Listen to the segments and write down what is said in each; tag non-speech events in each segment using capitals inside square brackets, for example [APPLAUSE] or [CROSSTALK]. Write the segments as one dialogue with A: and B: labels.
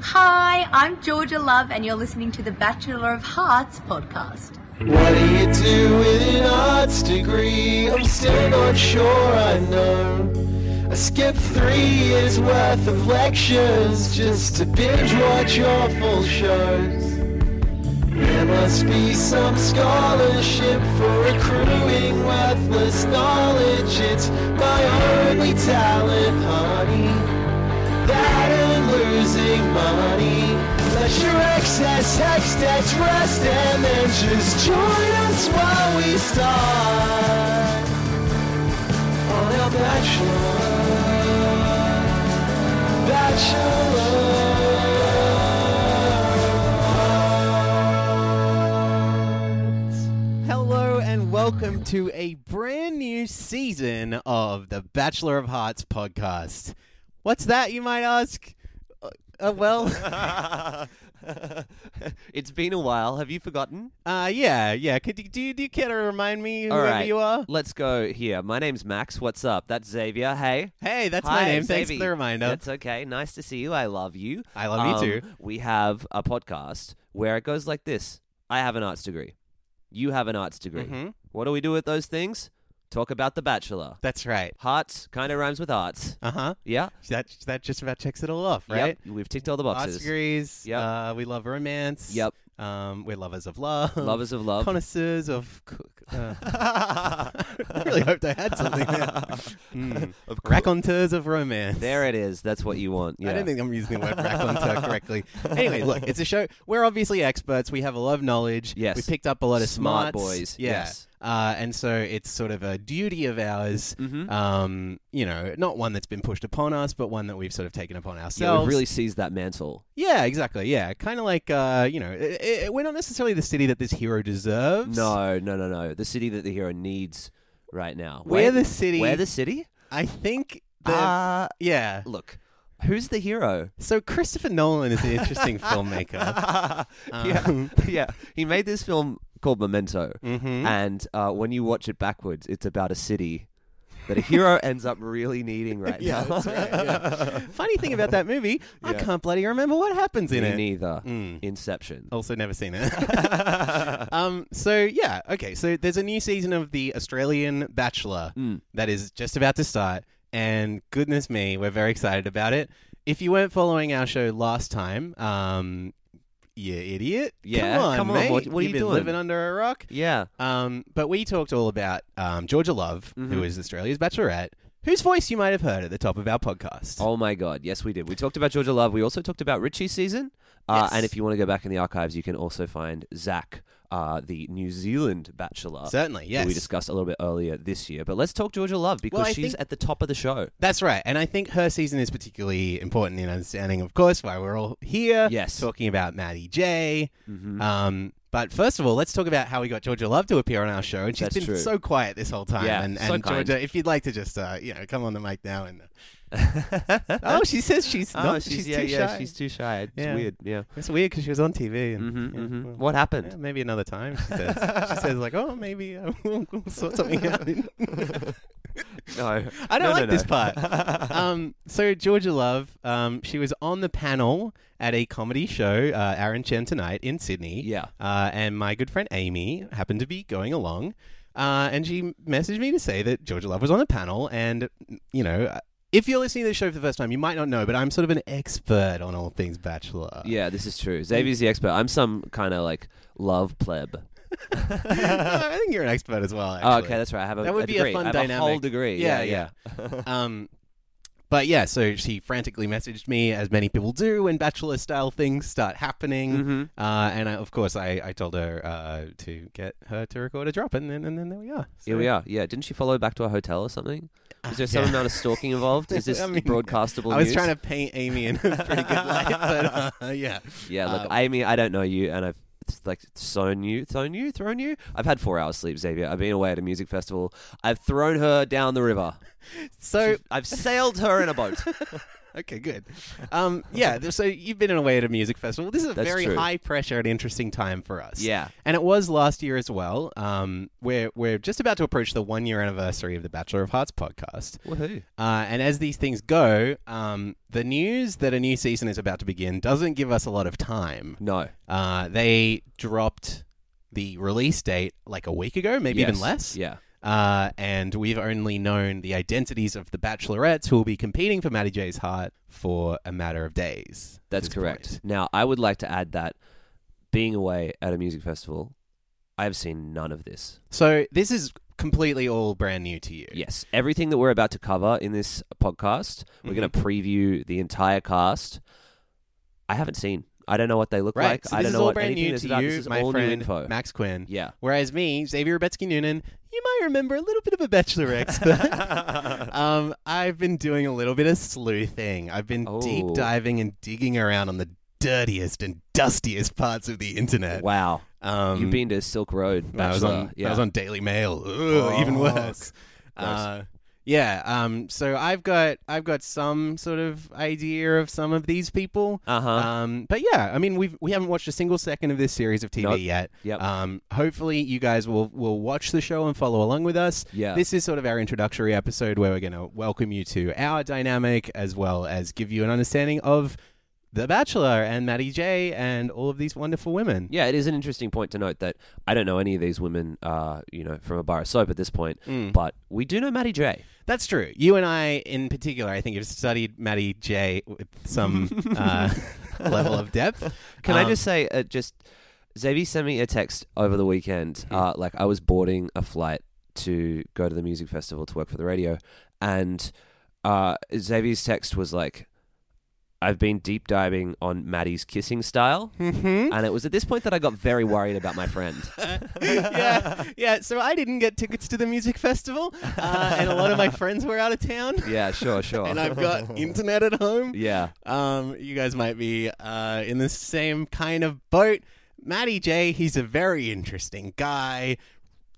A: Hi, I'm Georgia Love, and you're listening to the Bachelor of Hearts podcast.
B: What do you do with an arts degree? I'm still not sure I know. I skipped three years worth of lectures just to binge watch awful shows. There must be some scholarship for accruing worthless knowledge. It's my only talent, honey that and losing money. Pleasure, excess, excess, rest, and then just join us while we start on our bachelor, bachelor.
C: Hello and welcome to a brand new season of the Bachelor of Hearts podcast. What's that, you might ask? Uh, uh, well, [LAUGHS]
D: it's been a while. Have you forgotten?
C: uh, yeah, yeah. Could you, do, you, do you care to remind me
D: All
C: whoever
D: right,
C: you are?
D: Let's go here. My name's Max. What's up? That's Xavier. Hey.
C: Hey, that's
D: Hi,
C: my name. Thanks for
D: Xavi.
C: the reminder.
D: That's okay. Nice to see you. I love you.
C: I love you
D: Um,
C: too.
D: We have a podcast where it goes like this I have an arts degree. You have an arts degree.
C: Mhm.
D: What do we do with those things? Talk about The Bachelor.
C: That's right.
D: Hearts kind of rhymes with arts.
C: Uh huh.
D: Yeah.
C: That that just about checks it all off, right?
D: Yep. We've ticked all the
C: Arts
D: boxes.
C: degrees.
D: Yep.
C: Uh, we love romance.
D: Yep.
C: Um, we're lovers of love.
D: Lovers of love.
C: Connoisseurs of. coo- Uh,
D: [LAUGHS]
C: [LAUGHS] I really hoped I had something there. Mm.
D: Of course.
C: Raconteurs of romance.
D: Hmm. There it is. That's what you want. Yeah.
C: I don't think I'm
D: [LAUGHS]
C: using the word raconteur correctly. Anyway, look, it's a show. We're obviously experts. We have a lot of knowledge.
D: Yes.
C: We picked up a lot of
D: Smart
C: smarts.
D: boys,
C: Yeah.
D: yes.
C: Uh, and so it's sort of a duty of ours.
D: Mhm.
C: Um, you know, not one that's been pushed upon us, but one that we've sort of taken upon
D: Yeah,
C: ourselves.
D: we've really seized that mantle.
C: Yeah, exactly. Yeah, kind of like uh, you know, i i we're not necessarily the city that this hero deserves.
D: No, no, no, no. The city that the hero needs right now.
C: We're
D: Wait,
C: the city-
D: We're the city.
C: I think the
D: Uh,
C: yeah.
D: look, who's the
C: [LAUGHS]
D: hero?
C: So Christopher Nolan is an interesting filmmaker.
D: [LAUGHS]
C: Um,
D: yeah, yeah. He made this film called Memento,
C: Mhm.
D: and uh, when you watch it backwards, it's about a city that a
C: [LAUGHS]
D: hero ends up really needing right
C: Yeah,
D: now. [LAUGHS]
C: that's right. yeah. Funny thing about that movie, I
D: Yeah.
C: can't bloody remember what happens in
D: Me
C: it.
D: neither.
C: Mm.
D: Inception.
C: Also, never seen it.
D: [LAUGHS]
C: um, so yeah, okay. So there's a new season of the Australian Bachelor
D: Mm.
C: that is just about to start, and goodness me, we're very excited about it. If you weren't following our show last time, um, you idiot!
D: Yeah,
C: come on,
D: come on,
C: mate.
D: what- what are
C: You've
D: you
C: been
D: doing?
C: Living under a rock.
D: Yeah.
C: Um, but we talked all about um, Georgia Love, who
D: Mhm.
C: is Australia's Bachelorette, whose voice you might have heard at the top of our podcast.
D: Oh my God! Yes, we did. We talked about Georgia Love. We also talked about Richie's season. Uh,
C: Yes.
D: And if you want to go back in the archives, you can also find Zach, uh, the New Zealand Bachelor,
C: Certainly,
D: who
C: yes.
D: Oh, we discussed a little bit earlier this year. But let's talk Georgia Love because
C: Well, I
D: she's
C: think-
D: at the top of the show.
C: That's right. And I think her season is particularly important in understanding, of course, why we're all here.
D: Yes. Mm-hmm.
C: Talking about Maddie J. Um, but first of all, let's talk about how we got Georgia Love to appear on our show. And she's
D: That's
C: been
D: true.
C: so quiet this whole time.
D: Yeah,
C: and
D: so
C: and
D: kind.
C: Georgia, if you'd like to just, uh, you know, come on the mic now and. [LAUGHS]
D: [LAUGHS]
C: oh, she says she's not. she's,
D: yeah,
C: too
D: yeah,
C: shy.
D: she's too shy. It's
C: Yeah.
D: weird. Yeah.
C: It's weird because she was on TV. And,
D: hmm
C: yeah,
D: hmm
C: well,
D: What
C: yeah,
D: happened?
C: maybe another time. She says, she says like, oh, maybe uh, [LAUGHS] we'll, we'll
D: [LAUGHS]
C: sort something out.
D: No, [LAUGHS]
C: I don't
D: No, no,
C: like this
D: no. [LAUGHS]
C: part. um, so Georgia Love, um, she was on the panel at a comedy show, uh, Aaron Chen tonight in Sydney.
D: Yeah.
C: Uh, and my good friend Amy happened to be going along, uh, and she messaged me to say that Georgia Love was on the panel, and you know. uh, If you're listening to the show for the first time, you might not know, but I'm sort of an expert on all things Bachelor. [LAUGHS]
D: Yeah, this is true. Xavier's the expert. I'm some kind of like love pleb.
C: I think you're an expert as well.
D: Oh,
C: Actually.
D: okay, that's right. I have a,
C: That would
D: a
C: be a
D: degree.
C: fun
D: I have
C: dynamic.
D: A whole degree.
C: Yeah,
D: yeah. [LAUGHS]
C: um, but yeah, so she frantically messaged me, as many people do when bachelor style things start happening.
D: Mhm.
C: Uh, and I, of course, I, I told her uh, to get her to record a drop, and then and then there we are.
D: Here we are. Yeah, didn't she follow back to our hotel or something? Is there some
C: [LAUGHS] yeah.
D: amount of stalking involved? Is this
C: [LAUGHS] I mean,
D: broadcastable?
C: I was
D: news?
C: trying to paint Amy in a pretty good
D: [LAUGHS]
C: light, but uh, yeah,
D: Yeah, look,
C: um,
D: Amy, I don't know you, and I've like sewn you, thrown you, thrown you. I've had four hours sleep, Xavier. I've been away at a music festival. I've thrown her down the river.
C: so [LAUGHS]
D: I've sailed her in a boat.
C: okay, good. Um, yeah, th- so you've been away at a music festival. This is a
D: That's
C: very
D: true.
C: high pressure and interesting time for us.
D: Yeah.
C: and it was last year as well. Um, we're we're just about to approach the one year anniversary of the Bachelor of Hearts podcast.
D: Woohoo.
C: Uh, and as these things go, um, the news that a new season is about to begin doesn't give us a lot of time.
D: No.
C: Uh, they dropped the release date like a week ago, maybe even
D: Yes.
C: less.
D: Yeah.
C: Uh, and we've only known the identities of the bachelorettes who will be competing for Maddie J's heart for a matter of days. at
D: That's
C: this
D: correct.
C: point.
D: Now, I would like to add that being away at a music festival, I have seen none of this.
C: So this is completely all brand new to you.
D: Yes, everything that we're about to cover in this podcast, we're going to
C: Mm-hmm.
D: preview the entire cast. I haven't seen. I don't know what they look
C: Right.
D: like.
C: so
D: I
C: this
D: don't
C: is
D: know
C: all
D: what
C: brand
D: anything
C: new
D: is
C: to
D: about.
C: you,
D: this is
C: my
D: all
C: friend
D: new info.
C: Max Quinn.
D: yeah.
C: Whereas me, Xavier Rebetsky Noonan, you might remember a little bit of a bachelor [LAUGHS] expert.
D: [LAUGHS]
C: um, I've been doing a little bit of sleuthing. I've been deep
D: Oh.
C: diving and digging around on the dirtiest and dustiest parts of the internet.
D: wow.
C: Um,
D: You've been to Silk Road Bachelor.
C: I was on
D: yeah.
C: I was on Daily Mail. Ugh, even
D: Fuck.
C: worse. Uh, yeah. Um. So I've got I've got some sort of idea of some of these people.
D: Uh-huh.
C: Um. But yeah, I mean we've we haven't watched a single second of this series of TV
D: Nope.
C: yet.
D: Yep.
C: Um. Hopefully you guys will will watch the show and follow along with us.
D: Yeah.
C: This is sort of our introductory episode where we're going to welcome you to our dynamic as well as give you an understanding of. The Bachelor and Maddie J and all of these wonderful women.
D: Yeah, it is an interesting point to note that I don't know any of these women, uh, you know, from a bar of soap at this point, but we do know Maddie J.
C: Mm. That's true. You and I, in particular, I think have studied Maddie J with
D: [LAUGHS]
C: some uh, level of depth.
D: Can I
C: Um,
D: just say, uh, just Xavier sent me a text over the weekend.
C: Mm-hmm.
D: Uh, like I was boarding a flight to go to the music festival to work for the radio, and uh, Xavier's text was like, "I've been deep diving on Maddie's kissing style,"
C: Hmm? mm-hmm.
D: and it was at this point that I got very worried about my friend.
C: [LAUGHS] yeah, yeah. So I didn't get tickets to the music festival, uh, and a lot of my friends were out of town,
D: yeah, sure, sure.
C: and I've got internet at home.
D: yeah,
C: Um, you guys might be uh, in the same kind of boat. Matty J, he's a very interesting guy.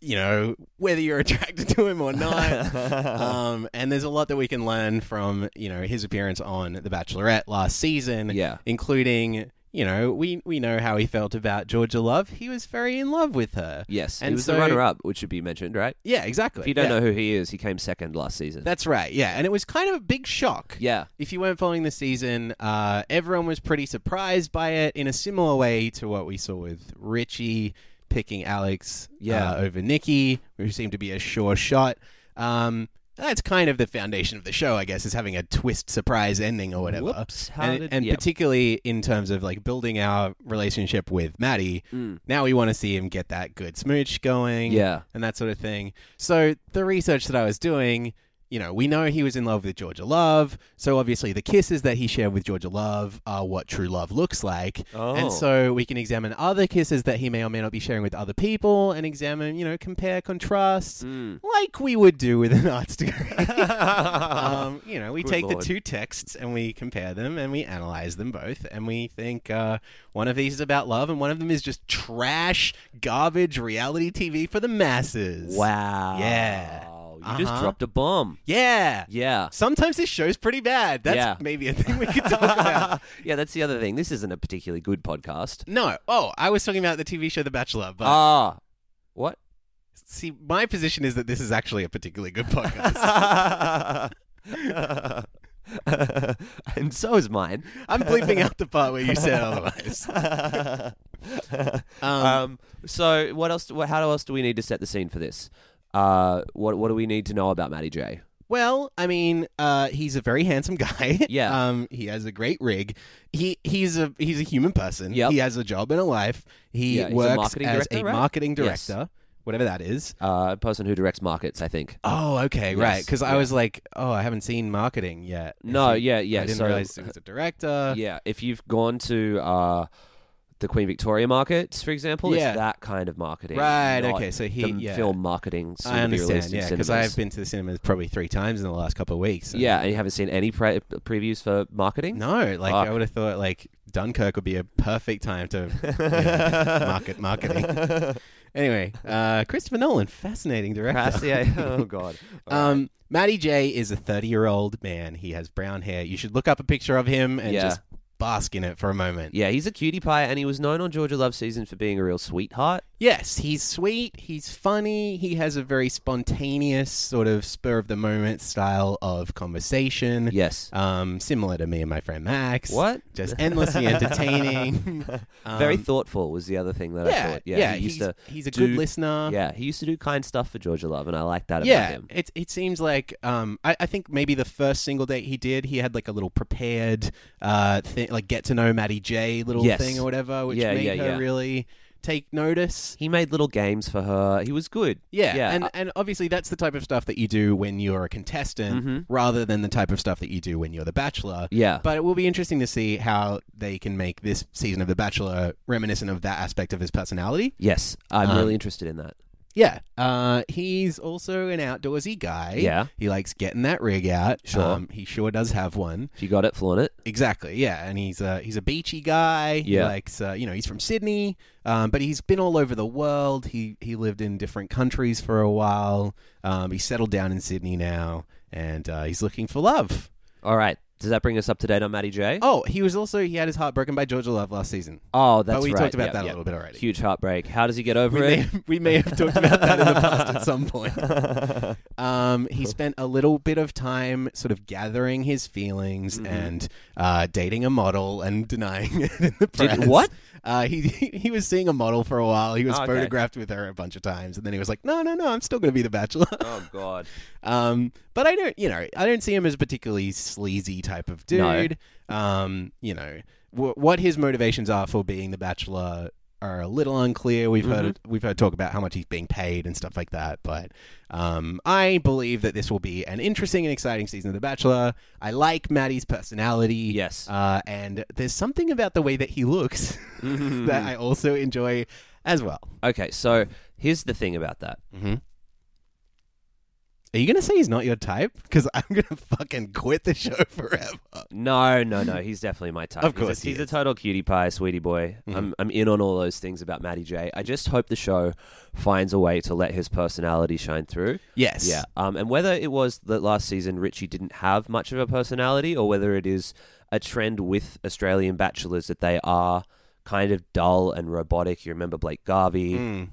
C: You know, whether you're [LAUGHS] attracted to him
D: [LAUGHS]
C: or not. um, and there's a lot that we can learn from, you know, his appearance on The Bachelorette last season.
D: Yeah.
C: Including, you know, we, we know how he felt about Georgia Love. He was very in love with her.
D: yes,
C: And
D: he was
C: so-
D: the runner-up, which should be mentioned, right?
C: Yeah, exactly.
D: If you don't
C: Yeah.
D: know who he is, he came second last season.
C: That's right. Yeah. And it was kind of a big shock.
D: yeah,
C: If you weren't following the season, uh, everyone was pretty surprised by it in a similar way to what we saw with Richie picking Alex
D: Yeah.
C: uh, over Nikki, who seemed to be a sure shot. Um, that's kind of the foundation of the show, I guess, is having a twist surprise ending or whatever.
D: Whoops, how
C: and
D: did-
C: and
D: yep.
C: particularly in terms of like building our relationship with Maddie, now we want to see him get that good smooch going
D: Mm. yeah.
C: and that sort of thing. So the research that I was doing, you know, we know he was in love with Georgia Love. So obviously the kisses that he shared with Georgia Love are what true love looks like.
D: Oh.
C: And so we can examine other kisses that he may or may not be sharing with other people and examine, you know, compare, contrast,
D: Mm.
C: like we would do with an arts
D: [LAUGHS]
C: degree. um, you know, we
D: Good
C: take the
D: lord.
C: two texts and we compare them and we analyze them both and we think uh, one of these is about love and one of them is just trash, garbage reality TV for the masses.
D: Wow.
C: Yeah.
D: You
C: Uh-huh.
D: just dropped a bomb.
C: Yeah.
D: Yeah.
C: Sometimes this show's pretty bad. That's
D: Yeah.
C: maybe a thing we could [LAUGHS]
D: [LAUGHS]
C: talk about.
D: yeah, that's the other thing. This isn't a particularly good podcast.
C: No. Oh, I was talking about the TV show The Bachelor, but
D: Ah.
C: [LAUGHS]
D: what? [LAUGHS]
C: see, my position is that this is actually a particularly good podcast.
D: and so is mine.
C: I'm bleeping out the part where
D: [LAUGHS]
C: you said otherwise. Um,
D: Um, so what else? What, how else do we need to set the scene for this? Uh, what What do we need to know about Matty J?
C: Well, I mean, uh, he's a very handsome guy. [LAUGHS]
D: Yeah.
C: Um, he has a great rig. He he's a he's a human person.
D: Yep.
C: He has a job and a life. He
D: Yeah, he's a
C: works
D: marketing
C: as
D: director,
C: a
D: right?
C: marketing
D: Yes.
C: director, whatever that is.
D: Uh, person who directs markets, I think.
C: Oh, okay, right.
D: Yes,
C: Because I
D: yeah.
C: was like, oh, I haven't seen marketing yet.
D: No,
C: If you-
D: yeah, yeah,
C: I didn't
D: so-
C: realize he was a director.
D: yeah, if you've gone to uh, the Queen Victoria markets, for example,
C: Yeah.
D: it's that kind of marketing.
C: Right,
D: not
C: okay, so he-
D: the
C: yeah.
D: film marketing. soon
C: I
D: to be
C: understand.
D: released in
C: Yeah, because
D: cinemas.
C: I've been to the cinemas probably three times in the last couple of weeks. and-
D: Yeah, and you haven't seen any pre- previews for marketing. [LAUGHS]
C: No, like
D: Fuck.
C: I would have thought
D: [LAUGHS]
C: like Dunkirk would be a perfect time to you know, market marketing. Anyway, uh, Christopher Nolan, fascinating director. [LAUGHS]
D: Cassia. [LAUGHS] Oh God.
C: Um, Matty J is a 30 year old man. He has brown hair. You should look up a picture of him and
D: Yeah.
C: just bask in it for a moment.
D: yeah, he's a cutie pie, and he was known on Georgia Love season for being a real sweetheart.
C: [LAUGHS] Yes, he's sweet. He's funny. He has a very spontaneous, sort of spur of the moment style of conversation.
D: Yes.
C: Um, similar to me and my friend Max.
D: What?
C: Just
D: [LAUGHS]
C: endlessly entertaining.
D: Very
C: Um,
D: thoughtful was the other thing that I
C: yeah,
D: thought.
C: yeah.
D: Yeah, he used
C: he's,
D: to.
C: he's a
D: do-
C: good listener.
D: Yeah, he used to do kind stuff for Georgia Love, and I like that about
C: yeah,
D: him.
C: it it seems like um, I, I think maybe the first single date he did, he had like a little prepared uh thing, like get to know Maddie J little
D: Yes.
C: thing or whatever, which
D: Yeah,
C: made
D: yeah,
C: her
D: yeah.
C: really take notice.
D: He made little games for her. He was good.
C: Yeah,
D: yeah, uh
C: and
D: I-
C: and obviously that's the type of stuff that you do when you're a contestant, rather than the type of stuff that you do when you're the Bachelor.
D: Mm-hmm. yeah.
C: But it will be interesting to see how they can make this season of The Bachelor reminiscent of that aspect of his personality.
D: yes, I'm
C: Um,
D: really interested in that.
C: Yeah. Uh, he's also an outdoorsy guy.
D: Yeah.
C: He likes getting that rig out.
D: Sure.
C: Um, he sure does have one.
D: If you got it, flaunt it.
C: Exactly. Yeah. And he's a he's a beachy guy. He
D: Yeah.
C: likes uh, you know he's from Sydney, um, but he's been all over the world. He he lived in different countries for a while. Um, he's settled down in Sydney now, and uh, he's looking for love.
D: All right. Does that bring us up to date on Matty J?
C: Oh, he was also he had his heart broken by Georgia Love last season.
D: Oh, that's
C: but we
D: right.
C: talked about
D: Yep,
C: that a
D: yep.
C: little bit already.
D: Huge heartbreak. How does he get over
C: We may,
D: it?
C: have, we may have talked about that in the past at some point.
D: [LAUGHS]
C: Um, he spent a little bit of time sort of gathering his feelings
D: Mm-hmm.
C: and uh, dating a model and denying [LAUGHS] it in the
D: Did-
C: press.
D: what?
C: Uh, he he was seeing a model for a while. He was
D: Oh, okay.
C: photographed with her a bunch of times, and then he was like, "No, no, no, I'm still going to be the bachelor."
D: Oh God.
C: Um, but I don't, you know, I don't see him as a particularly sleazy type of dude. Um, you know, w- what his motivations are for being the bachelor are a little unclear. We've heard we've heard talk about how much he's being paid and stuff like that. But um, I believe that this will be an interesting and exciting season of The Bachelor. I like Maddie's personality.
D: Yes.
C: Uh, and there's something about the way that he looks [LAUGHS] that I also enjoy as well.
D: Okay,
C: Mm.
D: so here's the thing about that.
C: Are you gonna say he's not your type? Because I'm gonna fucking quit the show [LAUGHS] forever.
D: No, no, no. He's definitely my type.
C: Of
D: He's a-
C: course he
D: he's a,
C: is. Mm-hmm.
D: total cutie pie, sweetie boy. I'm, I'm in on all those things about Matty J. I just hope the show finds a way to let his personality shine through.
C: Yes.
D: Yeah. Um, and whether it was that last season Richie didn't have much of a personality, or whether it is a trend with Australian bachelors that they are kind of dull and robotic. You remember Blake Garvey.
C: Mm.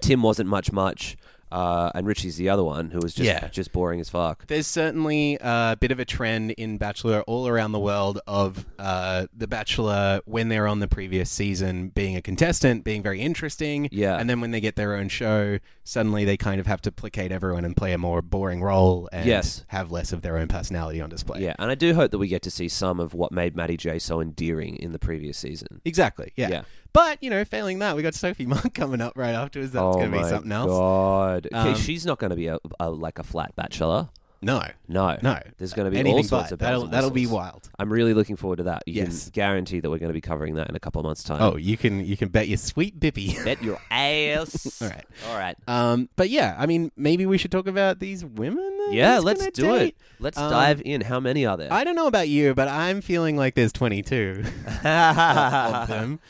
D: Tim wasn't much much. Uh, and Richie's the other one who was just
C: Yeah.
D: just boring as fuck.
C: There's certainly a bit of a trend in Bachelor all around the world of uh, the Bachelor when they're on the previous season being a contestant, being very interesting.
D: Yeah.
C: And then when they get their own show, suddenly they kind of have to placate everyone and play a more boring role and
D: Yes.
C: have less of their own personality on display.
D: Yeah, and I do hope that we get to see some of what made Matty J so endearing in the previous season.
C: Exactly. Yeah.
D: Yeah.
C: But, you know, failing that, we got Sophie [LAUGHS] Monk coming up right afterwards. That's
D: oh
C: going to
D: my
C: be something else.
D: god! Okay,
C: Um,
D: she's not going to be a, a like a flat bachelor.
C: No.
D: No,
C: No.
D: There's going to be
C: Anything
D: all sorts
C: but.
D: of bells
C: that'll,
D: and
C: that'll be
D: whistles.
C: wild.
D: I'm really looking forward to that. You
C: Yes.
D: can guarantee that we're going to be covering that in a couple of months' time.
C: Oh, you can you can bet your sweet bippy. [LAUGHS]
D: bet your ass!
C: All right.
D: all right.
C: Um, but yeah, I mean, maybe we should talk about these women. that
D: Yeah,
C: he's
D: let's
C: gonna
D: do
C: date.
D: it. Let's
C: Um,
D: dive in. How many are there? [LAUGHS]
C: I don't know about you, but I'm feeling like there's 22
D: [LAUGHS]
C: [LAUGHS] of them.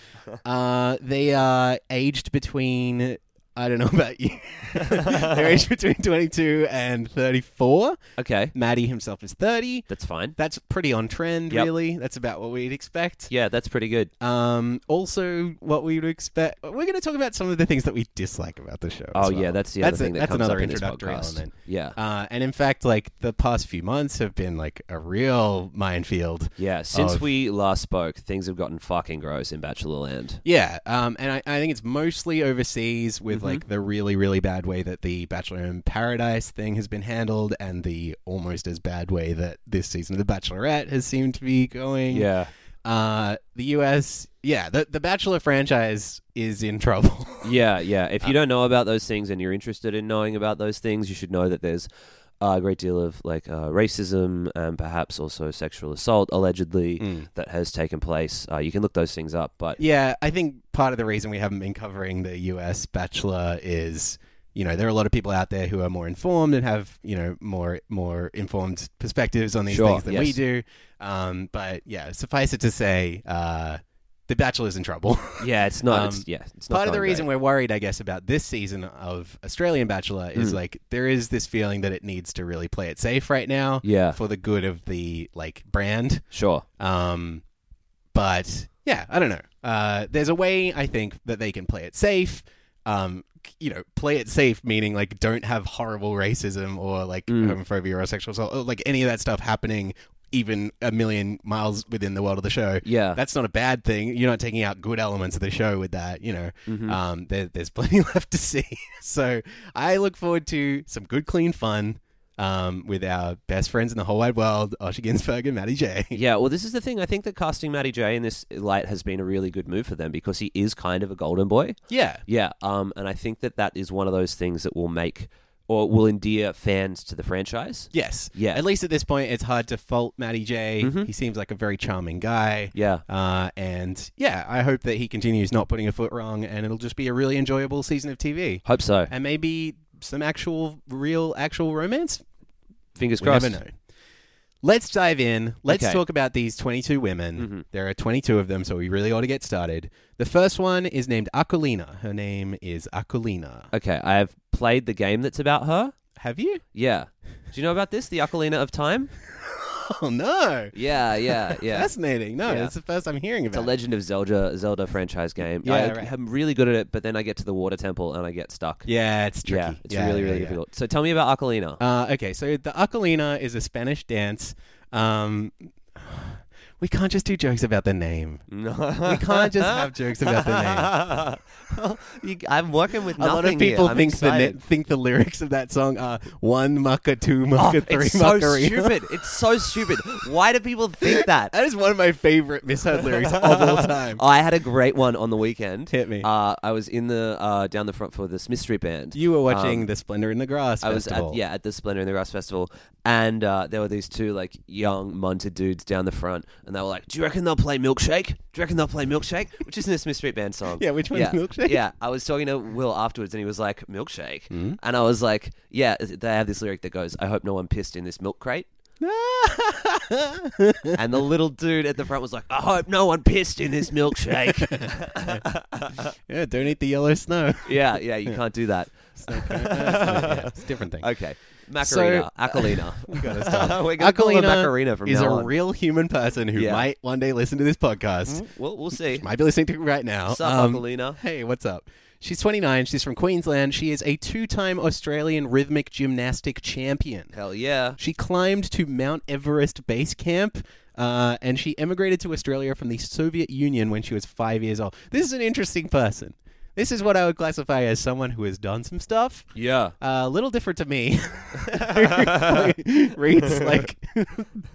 C: Uh, they are aged between. I don't know about you. [LAUGHS] They're aged between 22 and 34.
D: okay,
C: Maddie himself is 30.
D: that's fine.
C: That's pretty on trend,
D: Yep.
C: really. That's about what we'd expect.
D: Yeah, that's pretty good.
C: Um, also, what we would expect. We're going to talk about some of the things that we dislike about the show. as
D: Oh
C: well.
D: yeah, that's the other
C: that's a-
D: thing that
C: that's
D: comes
C: another
D: up in this
C: introductory
D: podcast.
C: element.
D: Yeah,
C: Uh, and in fact, like the past few months have been like a real minefield.
D: yeah. Since
C: of-
D: we last spoke, things have gotten fucking gross in Bachelorland.
C: Yeah, um, and I, I think it's mostly overseas with
D: Mm-hmm.
C: like the really, really bad way that the Bachelor in Paradise thing has been handled, and the almost as bad way that this season of The Bachelorette has seemed to be going.
D: Yeah.
C: uh, the U.S. Yeah, the the Bachelor franchise is in trouble.
D: Yeah, yeah. If you
C: Uh,
D: don't know about those things and you're interested in knowing about those things, you should know that there's a great deal of like uh, racism and perhaps also sexual assault allegedly that has taken place. Uh, you can look those things up, but
C: Hmm. Yeah, I think part of the reason we haven't been covering the US Bachelor is, you know, there are a lot of people out there who are more informed and have, you know, more more informed perspectives on these
D: Sure,
C: things than we
D: yes.
C: do. Um, but yeah, suffice it to say, uh, The Bachelor's in trouble.
D: Yeah, it's not.
C: Um,
D: it's, yeah, it's not
C: Part of the
D: going
C: reason
D: great.
C: we're worried, I guess, about this season of Australian Bachelor is
D: Hmm.
C: like there is this feeling that it needs to really play it safe right now
D: Yeah.
C: for the good of the like brand.
D: sure.
C: Um, but yeah, I don't know. Uh, there's a way I think that they can play it safe. Um, c- you know, play it safe meaning like don't have horrible racism or like homophobia or sexual assault or like any of that stuff happening even a million miles within the world of the show.
D: Yeah.
C: That's not a bad thing. You're not taking out good elements of the show with that, you know. Um, there, there's [LAUGHS] plenty left to see. So I look forward to some good, clean fun um, with our best friends in the whole wide world, Osher Ginsberg and Maddie J.
D: Yeah, well, this is the thing. I think that casting Matty J in this light has been a really good move for them because he is kind of a golden boy.
C: Yeah.
D: Yeah, um, and I think that that is one of those things that will make or will endear fans to the franchise.
C: Yes.
D: Yeah. Mm-hmm.
C: At least at this point, it's hard to fault Matty J. He seems like a very charming guy.
D: Yeah.
C: Uh, and yeah, I hope that he continues not putting a foot wrong, and it'll just be a really enjoyable season of TV,
D: Hope so.
C: and maybe some actual, real, actual romance.
D: Fingers
C: We
D: crossed.
C: never know. Let's dive in. Let's
D: Okay. Mm-hmm.
C: talk about these 22 women. There are 22 of them, so we really ought to get started. The first one is named Akulina. Her name is Akulina.
D: Okay, I have played the game that's about her.
C: Have you?
D: Yeah. Do you know about this? The Akalina of Time?
C: Oh, no.
D: Yeah,
C: [LAUGHS]
D: yeah, yeah.
C: Fascinating. No,
D: Yeah.
C: that's the first I'm hearing
D: It's a
C: about it.
D: Legend of Zelda Zelda franchise game.
C: Yeah,
D: I,
C: right.
D: am really good at it, but then I get to the water temple and I get stuck.
C: Yeah, it's tricky.
D: Yeah, it's really,
C: yeah,
D: really
C: yeah.
D: difficult. So tell me about Akalina.
C: Uh, okay, so the Acolina is a Spanish dance. Um, we can't just do jokes about the name. We can't
D: [LAUGHS]
C: just have jokes about the name.
D: you, I'm working with
C: A lot of people think the the think the lyrics of that song are one mucka, two mucka, three
D: Oh, it's so
C: muckery.
D: stupid. It's so stupid. Why do people [LAUGHS] think
C: [LAUGHS]
D: that? Oh,
C: that is one of my favorite misheard lyrics of
D: [LAUGHS]
C: all time.
D: I had a great one on the weekend.
C: Hit me.
D: Uh, I was in the uh, down the front for this mystery band.
C: You were watching
D: Um,
C: the Splendor in the Grass
D: I was
C: festival.
D: at, yeah at the Splendor in the Grass festival, and uh, there were these two like young munted dudes down the front, and they were like, "Do you reckon they'll play Milkshake? Do you reckon they'll play Milkshake?" Which is a Smith Street Band song.
C: [LAUGHS] Yeah, which one's
D: yeah,
C: Milkshake?
D: Yeah, I was talking to Will afterwards, and he was like, "Milkshake,"
C: Hmm?
D: and I was like, "Yeah." They have this lyric that goes, "I hope no one pissed in this milk
C: [LAUGHS]
D: crate." and the little dude at the front was like, "I hope no one pissed in this
C: [LAUGHS]
D: milkshake."
C: yeah, don't eat the yellow snow.
D: [LAUGHS] yeah, yeah,
C: [LAUGHS]
D: you can't do that.
C: Yeah, it's a different thing. [LAUGHS]
D: Okay, Macarena,
C: uh,
D: Akalina.
C: gotta
D: [LAUGHS]
C: stop.
D: We're gonna call her
C: Acolina
D: Macarena from
C: is
D: now
C: a
D: on.
C: real human person who
D: Yeah.
C: might one day listen to this podcast.
D: We'll, we'll see.
C: Might be listening to it right now. Um,
D: Sup, Aquilina?
C: Hey, what's up? She's 29. She's from Queensland. She is a two-time Australian rhythmic gymnastic champion.
D: Hell yeah.
C: She climbed to Mount Everest base camp, uh, and she emigrated to Australia from the Soviet Union when she was five years old. This is an interesting person. This is what I would classify as someone who has done some stuff.
D: Yeah.
C: a little different to
D: [LAUGHS]
C: me. [LAUGHS] Reads like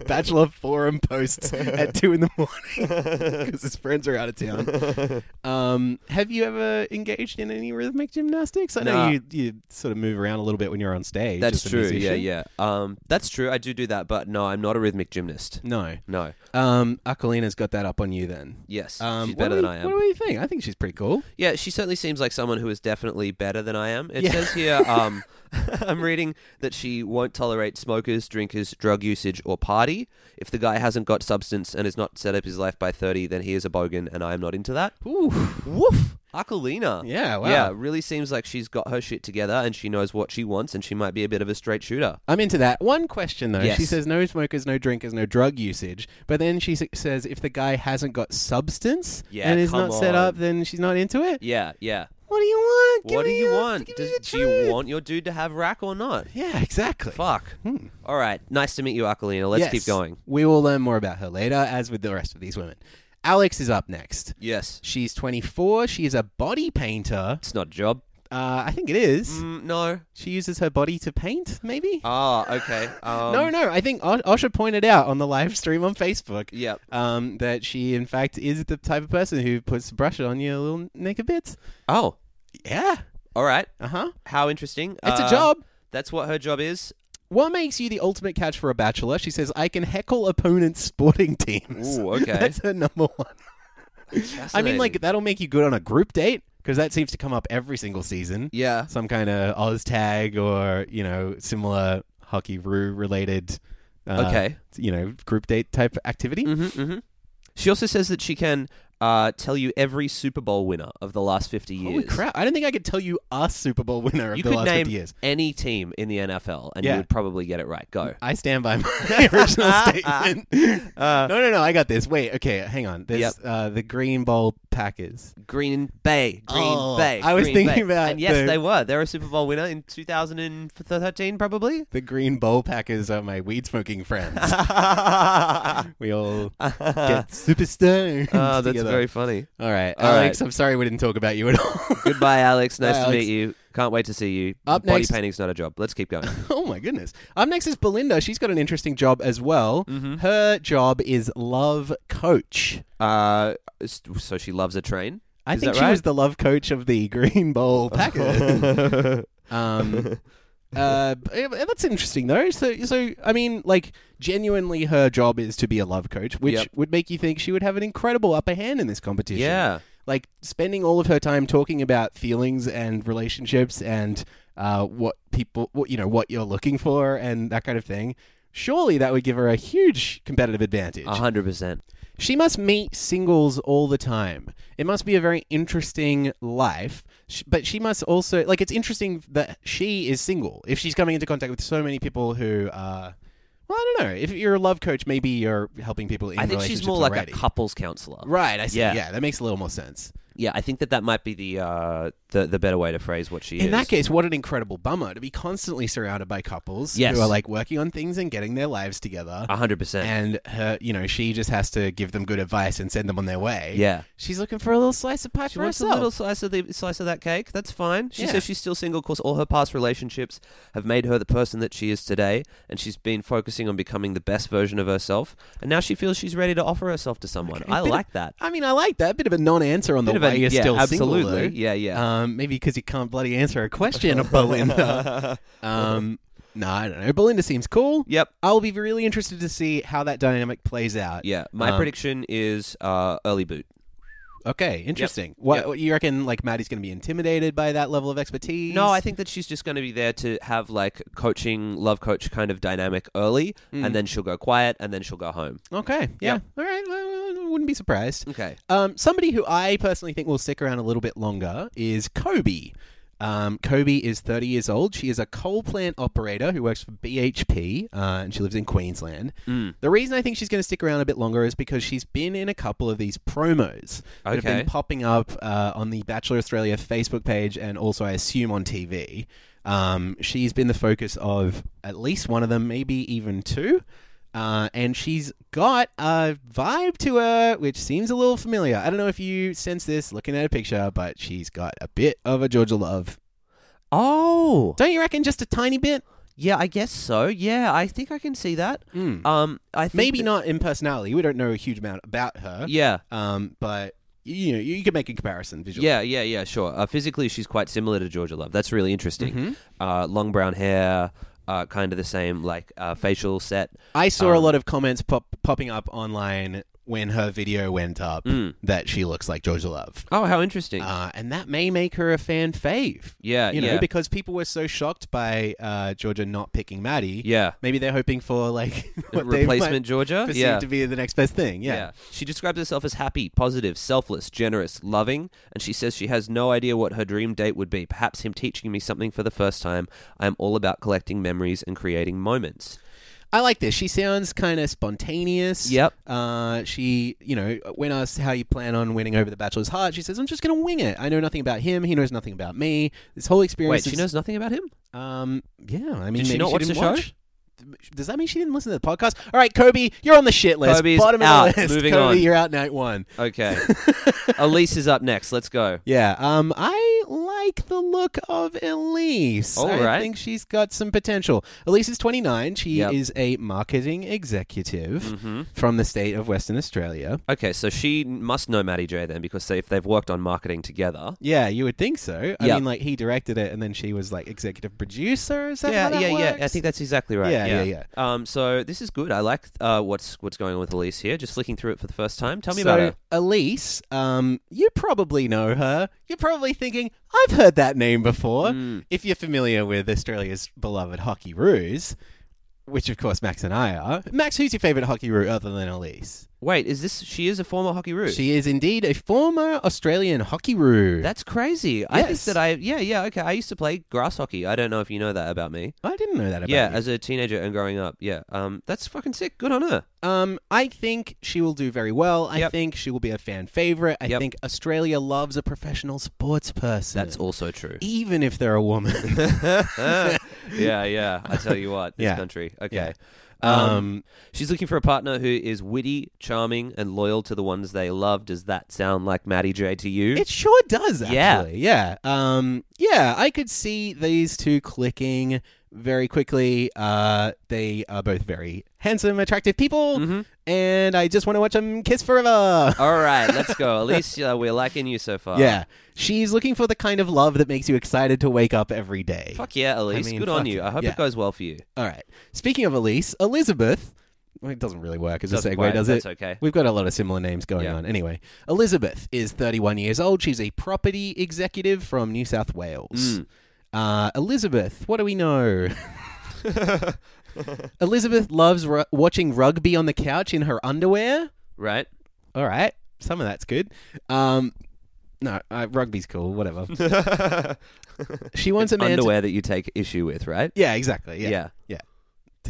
C: bachelor forum posts at two in the
D: [LAUGHS]
C: morning because his friends are out of town. Um, have you ever engaged in any rhythmic gymnastics? I know
D: Nah.
C: you you sort of move around a little bit when you're on stage.
D: That's
C: as a
D: true. Yeah,
C: musician.
D: yeah. Um, that's true. I do do that, but no, I'm not a rhythmic gymnast.
C: No,
D: No.
C: um, Acolina's got that up on you then.
D: Yes.
C: Um,
D: she's
C: what
D: better
C: do
D: than
C: we-
D: I am.
C: What do you think? I think she's pretty cool.
D: yeah, she certainly seems like someone who is definitely better than I am. It
C: Yeah.
D: says here,
C: [LAUGHS]
D: um, [LAUGHS] I'm reading that she won't tolerate smokers, drinkers, drug usage, or party. If the guy hasn't got substance and has not set up his life by 30, then he is a bogan, and I am not into that.
C: Ooh,
D: Woof. Akalina.
C: Yeah, wow.
D: Yeah, really seems like she's got her shit together and she knows what she wants and she might be a bit of a straight shooter.
C: I'm into that. One question though.
D: Yes.
C: She says no smokers, no drinkers, no drug usage. But then she s- says if the guy hasn't got substance
D: Yeah,
C: and is
D: come
C: not set
D: on.
C: up, then she's not into it.
D: Yeah, yeah.
C: What do you want? Give
D: what do
C: me
D: you
C: a-
D: want?
C: give me
D: Does,
C: the
D: do you
C: truth.
D: want your dude to have rack or not?
C: Yeah, exactly.
D: Fuck. All right. Nice to meet you, Akalina. Let's keep
C: Hmm. Yes.
D: going.
C: We will learn more about her later, as with the rest of these women. Alex is up next.
D: Yes.
C: She's 24. She is a body painter.
D: It's not a job.
C: Uh, I think it is.
D: Mm, no.
C: She uses her body to paint, maybe?
D: Ah, [LAUGHS] okay. Um,
C: no, no. I think O- Osha pointed out on the live [LAUGHS] stream on Facebook
D: Yep.
C: um, that she, in fact, is the type of person who puts the brush on your little naked bits.
D: Oh,
C: Yeah.
D: all right.
C: Uh huh.
D: How interesting.
C: It's
D: Uh,
C: a job.
D: That's what her job is.
C: What makes you the ultimate catch for a bachelor? She says, I can heckle opponents' sporting teams. [LAUGHS]
D: Ooh, okay.
C: That's her number one. I mean, like,
D: Fascinating.
C: that'll make you good on a group date because that seems to come up every single season.
D: yeah.
C: Some kind of Oz tag or, you know, similar hockey roo related, uh,
D: Okay. Mm-hmm,
C: you know, group date type activity.
D: hmm She also says that she can uh, tell you every Super Bowl winner of the last 50 years.
C: Holy crap! I don't think I could tell you a Super Bowl winner of
D: You
C: the
D: could
C: last
D: name
C: 50 years.
D: any team in the NFL and
C: Yeah. Uh,
D: you would probably get it right. Go.
C: I stand by my
D: [LAUGHS]
C: [LAUGHS] original
D: Ah,
C: statement. [LAUGHS] no, no, no! I got this. Wait, okay, hang on. There's
D: Yep.
C: uh, the Green Bowl Packers.
D: Green Bay. Green
C: Oh,
D: Bay.
C: I was
D: Green
C: thinking
D: Bay.
C: about
D: And yes,
C: the-
D: they were. They're a Super Bowl winner in 2013,
C: [LAUGHS]
D: probably.
C: The Green Bowl Packers are my weed
D: [LAUGHS]
C: smoking friends. we all [LAUGHS] get super stoned.
D: Oh, Uh, that's
C: together.
D: very funny.
C: All right,
D: All
C: Alex.
D: right.
C: I'm sorry we didn't talk about you at all. [LAUGHS]
D: Goodbye, Alex. Nice
C: Bye,
D: to
C: Alex.
D: meet you. Can't wait to see you.
C: Up
D: Body
C: next-
D: painting's not a job. Let's keep
C: [LAUGHS]
D: going.
C: oh my goodness. Up next is Belinda. She's got an interesting job as well.
D: Mm-hmm.
C: Her job is love coach.
D: Uh, s- so she loves a train.
C: I
D: Is
C: think
D: that
C: she
D: right?
C: was the love coach of the [LAUGHS] Green Bowl Packers.
D: [LAUGHS]
C: um, uh, b- eh, that's interesting though. So, so I mean, like, genuinely, her job is to be a love coach, which
D: Yep.
C: would make you think she would have an incredible upper hand in this competition.
D: yeah.
C: like spending all of her time talking about feelings and relationships and uh, what people, what you know, what you're looking for and that kind of thing. Surely that would give her a huge competitive advantage.
D: A hundred percent.
C: She must meet singles all the time. It must be a very interesting life, sh- but she must also like it's interesting that she is single. If she's coming into contact with so many people who are, well, I don't know. If you're a love coach, maybe you're helping people in
D: I think she's
C: relationships
D: more like
C: already.
D: a couples counselor.
C: Right, I see. Yeah.
D: Yeah.
C: that makes a little more sense.
D: Yeah, I think that that might be the uh, the the better way to phrase what she is.
C: In that case, what an incredible bummer to be constantly surrounded by couples
D: Yes.
C: who are like working on things and getting their lives together.
D: a hundred percent.
C: and her, you know, she just has to give them good advice and send them on their way.
D: Yeah.
C: she's looking for a little slice of pie
D: She
C: for
D: wants
C: herself.
D: a little slice of the slice of that cake. That's fine. She
C: Yeah.
D: says she's still single. Of course, all her past relationships have made her the person that she is today, and she's been focusing on becoming the best version of herself. And now she feels she's ready to offer herself to someone. I
C: Bit of-
D: like that.
C: I mean, I like that bit of a non-answer on the
D: Bit of
C: way
D: a-
C: you're
D: yeah,
C: still single.
D: absolutely.
C: though.
D: Yeah, yeah.
C: Um, maybe because you can't bloody answer
D: [LAUGHS]
C: a question, Belinda. um, no, I don't know. Belinda seems cool.
D: Yep.
C: I'll be really interested to see how that dynamic plays out.
D: Yeah, my
C: Um,
D: prediction is uh, early boot.
C: Okay, interesting. What,
D: Yep.
C: what you reckon? Like Maddie's going to be intimidated by that level of expertise?
D: No, I think that she's just going to be there to have like coaching, love coach kind of dynamic early, and then she'll go quiet, and then she'll go home.
C: Okay, yeah.
D: Yep.
C: All right, well, I wouldn't be surprised.
D: Okay.
C: Um, somebody who I personally think will stick around a little bit longer is Kobe. Um, Kobe is 30 years old. She is a coal plant operator who works for BHP, uh, and she lives in Queensland. The reason I think she's going to stick around a bit longer is because she's been in a couple of these promos that have
D: Okay.
C: been popping up uh, on the Bachelor Australia Facebook page and also, I assume, on TV. Um, she's been the focus of at least one of them, maybe even two. Uh, and she's got a vibe to her which seems a little familiar. I don't know if you sense this looking at a picture, but she's got a bit of a Georgia Love.
D: Oh,
C: Don't you reckon? Just a tiny bit?
D: yeah, I guess so. Yeah, I think I can see that. Um, I think
C: Maybe
D: that-
C: not in personality. We don't know a huge amount about her.
D: Yeah,
C: Um, but y- you know, you, you can make a comparison visually.
D: yeah, yeah, yeah. Sure. Uh, physically, she's quite similar to Georgia Love. That's really interesting.
C: Mm-hmm.
D: Uh, long brown hair, uh, kind of the same like uh, facial set.
C: I saw
D: Um,
C: a lot of comments pop, popping up online when her video went up
D: Hmm.
C: that she looks like Georgia Love.
D: Oh, how interesting.
C: Uh, and that may make her a fan fave.
D: Yeah,
C: you know,
D: yeah.
C: because people were so shocked by uh, Georgia not picking Maddie.
D: Yeah.
C: maybe they're hoping for like [LAUGHS] what they
D: Replacement
C: might
D: Georgia?
C: perceive
D: Yeah.
C: to be the next best thing.
D: Yeah.
C: Yeah,
D: She describes herself as happy, positive, selfless, generous, loving, and she says she has no idea what her dream date would be. Perhaps him teaching me something for the first time. I am all about collecting memories and creating moments.
C: I like this. She sounds kind of spontaneous.
D: Yep.
C: Uh, she, you know, when asked how you plan on winning over the bachelor's heart, she says, "I'm just going to wing it. I know nothing about him. He knows nothing about me. This whole
D: Wait,
C: experience."
D: she
C: is-
D: knows nothing about him?
C: Um, yeah, I mean,
D: Did she
C: maybe
D: not watch
C: didn't
D: the show?
C: watch. Does that mean she didn't listen to the podcast? All right, Kobe, you're on the shit list.
D: Kobe's
C: Bottom of
D: out.
C: the list.
D: Moving
C: Kobe,
D: on.
C: you're out night
D: [LAUGHS]
C: one. [LAUGHS]
D: Okay. Elise is up next. Let's go.
C: Yeah, um, I like the look of Elise.
D: All
C: I
D: right.
C: think she's got some potential. Elise is 29. She
D: Yep. Mm-hmm.
C: is a marketing executive from the state of Western Australia.
D: Okay, so she must know Maddie J then because they, if they've worked on marketing together.
C: Yeah, you would think so. I
D: Yep.
C: mean, like he directed it, and then she was like executive producer. Is that
D: yeah,
C: how that
D: yeah, yeah. I
C: works?
D: think that's exactly right.
C: Yeah, yeah,
D: Um, so this is good. I like uh, what's what's going on with Elise here. Just flicking through it for the first time. Tell me
C: so,
D: about her.
C: Elise, um, you probably know her. You're probably thinking, I've heard that name before.
D: Hmm.
C: If you're familiar with Australia's beloved hockey roos, which of course Max and I are. Max, who's your favourite hockey roo other than Elise?
D: Wait, is this she is a former hockey root?
C: She is indeed a former Australian hockey roo.
D: That's crazy. I think
C: Yes.
D: that I yeah, yeah, okay. I used to play grass hockey. I don't know if you know that about me.
C: I didn't know that about
D: yeah,
C: you.
D: as a teenager and growing up. Yeah. Um that's fucking sick. Good on her.
C: Um, I think she will do very well. I
D: Yep.
C: think she will be a fan favorite. I
D: Yep.
C: think Australia loves a professional sports person.
D: That's also
C: [LAUGHS]
D: true.
C: Even if they're a woman.
D: yeah, yeah. I tell you what, this
C: Yeah.
D: country. Okay.
C: Yeah.
D: [LAUGHS] Um,
C: um,
D: she's looking for a partner who is witty, charming, and loyal to the ones they love. Does that sound like Maddie J to you?
C: it sure does.
D: Yeah.
C: Actually. Yeah. Yeah. Um, yeah. I could see these two clicking very quickly. Uh, they are both very handsome, attractive people, and I just want to watch them kiss forever.
D: [LAUGHS] All right, let's go. At least uh, we're liking you so far.
C: yeah. She's looking for the kind of love that makes you excited to wake up every day.
D: Fuck yeah, Elise.
C: mean,
D: Good on
C: fuck
D: you.
C: it.
D: I hope
C: Yeah.
D: it goes well for you.
C: All right. Speaking of Elise, Elizabeth. Well, it doesn't really work as a
D: Doesn't
C: segue,
D: quite,
C: does it?
D: that's okay.
C: We've got a lot of similar names going
D: Yeah.
C: on. Anyway, Elizabeth is 31 years old. She's a property executive from New South Wales.
D: Hmm.
C: Uh, Elizabeth, what do
D: [LAUGHS]
C: we know? Elizabeth loves ru- watching rugby on the couch in her underwear.
D: Right?
C: All right. Some of that's good. Um, no, uh, rugby's cool.
D: [LAUGHS]
C: Whatever. she wants a man. to-
D: Underwear that you take issue with, right?
C: yeah, exactly. Yeah.
D: Yeah.
C: Yeah.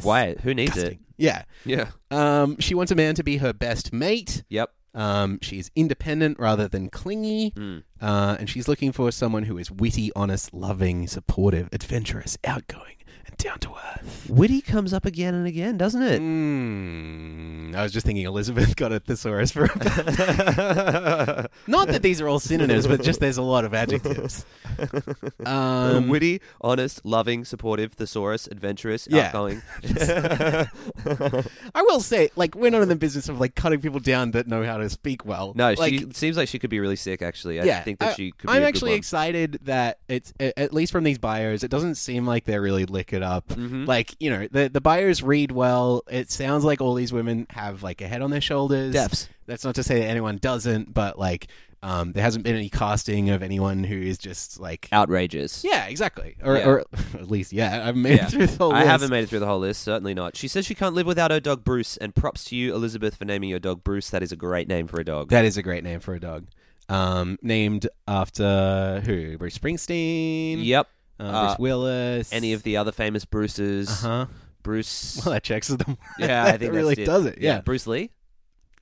D: Why? Who needs
C: Disgusting. Yeah.
D: it? Yeah.
C: Um, she wants a man to be her best mate.
D: Yep.
C: Um, she's independent rather than clingy. Uh, and she's looking for someone who is witty, honest, loving, supportive, adventurous, outgoing, and down to earth.
D: Witty comes up again and again, doesn't it?
C: Mm, I was just thinking Elizabeth [LAUGHS] got a thesaurus for [LAUGHS] Not that these are all synonyms, but just there's a lot of [LAUGHS] adjectives. Um,
D: Witty, honest, loving, supportive, thesaurus, adventurous,
C: Yeah. [LAUGHS]
D: outgoing.
C: I will say, like, we're not in the business of like cutting people down that know how to speak well.
D: No,
C: like,
D: she seems like she could be really sick. Actually, I think that
C: I-
D: she could. Be
C: I'm
D: a good
C: actually
D: one.
C: excited that it's a- at least from these buyers, it doesn't seem like they're really lick it up.
D: Mm-hmm.
C: Like you know, the the buyers read well. It sounds like all these women have like a head on their shoulders.
D: Defs.
C: That's not to say that anyone doesn't, but like um, there hasn't been any casting of anyone who is just like.
D: outrageous.
C: Yeah, exactly. Or,
D: Yeah.
C: or [LAUGHS] at least, yeah, I've made
D: Yeah.
C: it through the whole
D: I
C: list.
D: haven't made it through the whole list. Certainly not. She says she can't live without her dog Bruce. And props to you, Elizabeth, for naming your dog Bruce. That is a great name for a dog.
C: That is a great name for a dog. Um, named after who? Bruce Springsteen.
D: yep.
C: Uh,
D: Uh,
C: Bruce Willis.
D: Any of the other famous Bruces?
C: Huh?
D: Bruce.
C: Uh-huh. [LAUGHS] Well, that checks with them.
D: [LAUGHS] yeah,
C: [LAUGHS] that
D: I think
C: really
D: that's it.
C: does it. Yeah.
D: Bruce Lee.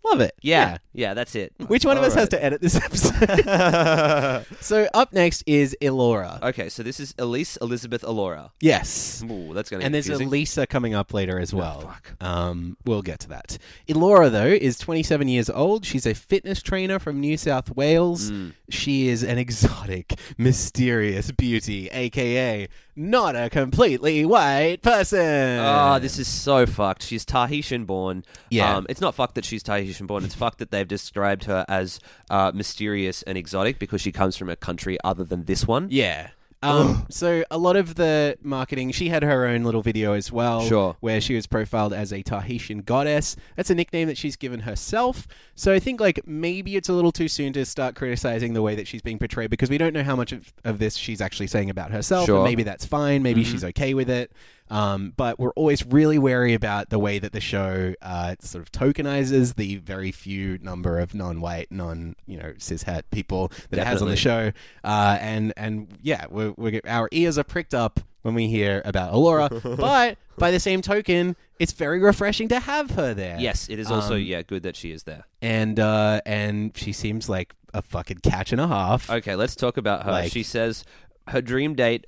C: love it.
D: Yeah. yeah, that's it.
C: Which one of
D: All
C: us has
D: right.
C: to edit this [LAUGHS]
D: [LAUGHS]
C: episode? so up next is Elora.
D: Okay, so this is Elise Elizabeth Alora.
C: yes.
D: Ooh, that's gonna.
C: And
D: be
C: there's
D: confusing. Oh,
C: Elisa coming up later as well.
D: fuck.
C: Um, we'll get to that. Elora, though, is 27 years old. She's a fitness trainer from New South Wales.
D: Mm.
C: She is an exotic, mysterious beauty, aka not a completely white person.
D: Oh, this is so fucked. She's Tahitian born.
C: Yeah.
D: Um, it's not fucked that she's Tahitian born. It's fucked that they've described her as uh, mysterious and exotic because she comes from a country other than this one.
C: Yeah. Um, so a lot of the marketing, she had her own little video as well,
D: Sure.
C: where she was profiled as a Tahitian goddess. That's a nickname that she's given herself. So I think like maybe it's a little too soon to start criticizing the way that she's being portrayed because we don't know how much of, of this she's actually saying about herself.
D: Sure. Mm-hmm.
C: And maybe that's fine. Maybe she's okay with it. Um, but we're always really wary about the way that the show uh, sort of tokenizes the very few number of non-white, non you know cis het people that it has on the
D: Definitely.
C: show show. Uh, and and yeah, we're, we're, our ears are pricked up when we hear
D: [LAUGHS]
C: about Alora. but by the same token, it's very refreshing to have her there. Um,
D: Yes, it is also yeah good that she is there.
C: and uh, and she seems like a fucking catch and a half.
D: Okay, let's talk about her.
C: Like-
D: she says her dream date.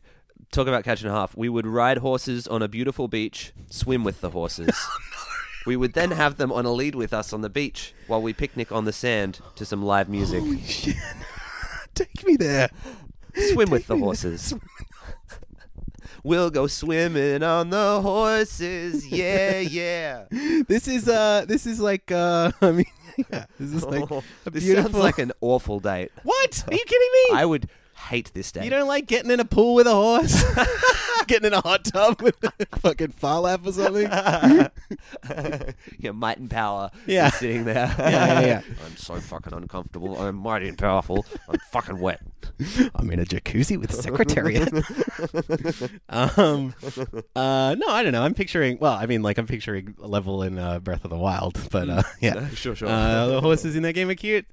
D: Talk about catch and a half. We would ride horses on a beautiful beach, swim with the
C: [LAUGHS]
D: horses. We would then have them on a lead with us on the beach while we picnic on the sand to some live music.
C: Shit. [LAUGHS] Take me there.
D: [LAUGHS] swim
C: Take
D: with the
C: me there.
D: horses. [LAUGHS] We'll go swimming on the horses. Yeah, yeah.
C: This is uh, this is like uh, [LAUGHS] I mean, yeah, this is like
D: [LAUGHS]
C: a
D: Oh, this
C: beautiful.
D: sounds like an awful date.
C: [LAUGHS] what? Are you kidding me?
D: I would hate this day.
C: You don't like getting in a pool with a horse? [LAUGHS] getting in a hot tub with a fucking farlap
D: [LAUGHS]
C: or something?
D: yeah, might and power.
C: Yeah.
D: just sitting there.
C: [LAUGHS] yeah, yeah.
D: [LAUGHS] I'm so fucking uncomfortable. I'm mighty and powerful. I'm fucking
C: [LAUGHS]
D: wet.
C: I'm in a jacuzzi with
D: [LAUGHS]
C: Secretariat. um, uh, no, I don't know. I'm picturing, well, I mean, like, I'm picturing a level in uh, Breath of the Wild, but uh, yeah.
D: Mm. [LAUGHS] Sure, sure.
C: Uh, the horses in that game
D: [LAUGHS]
C: are cute.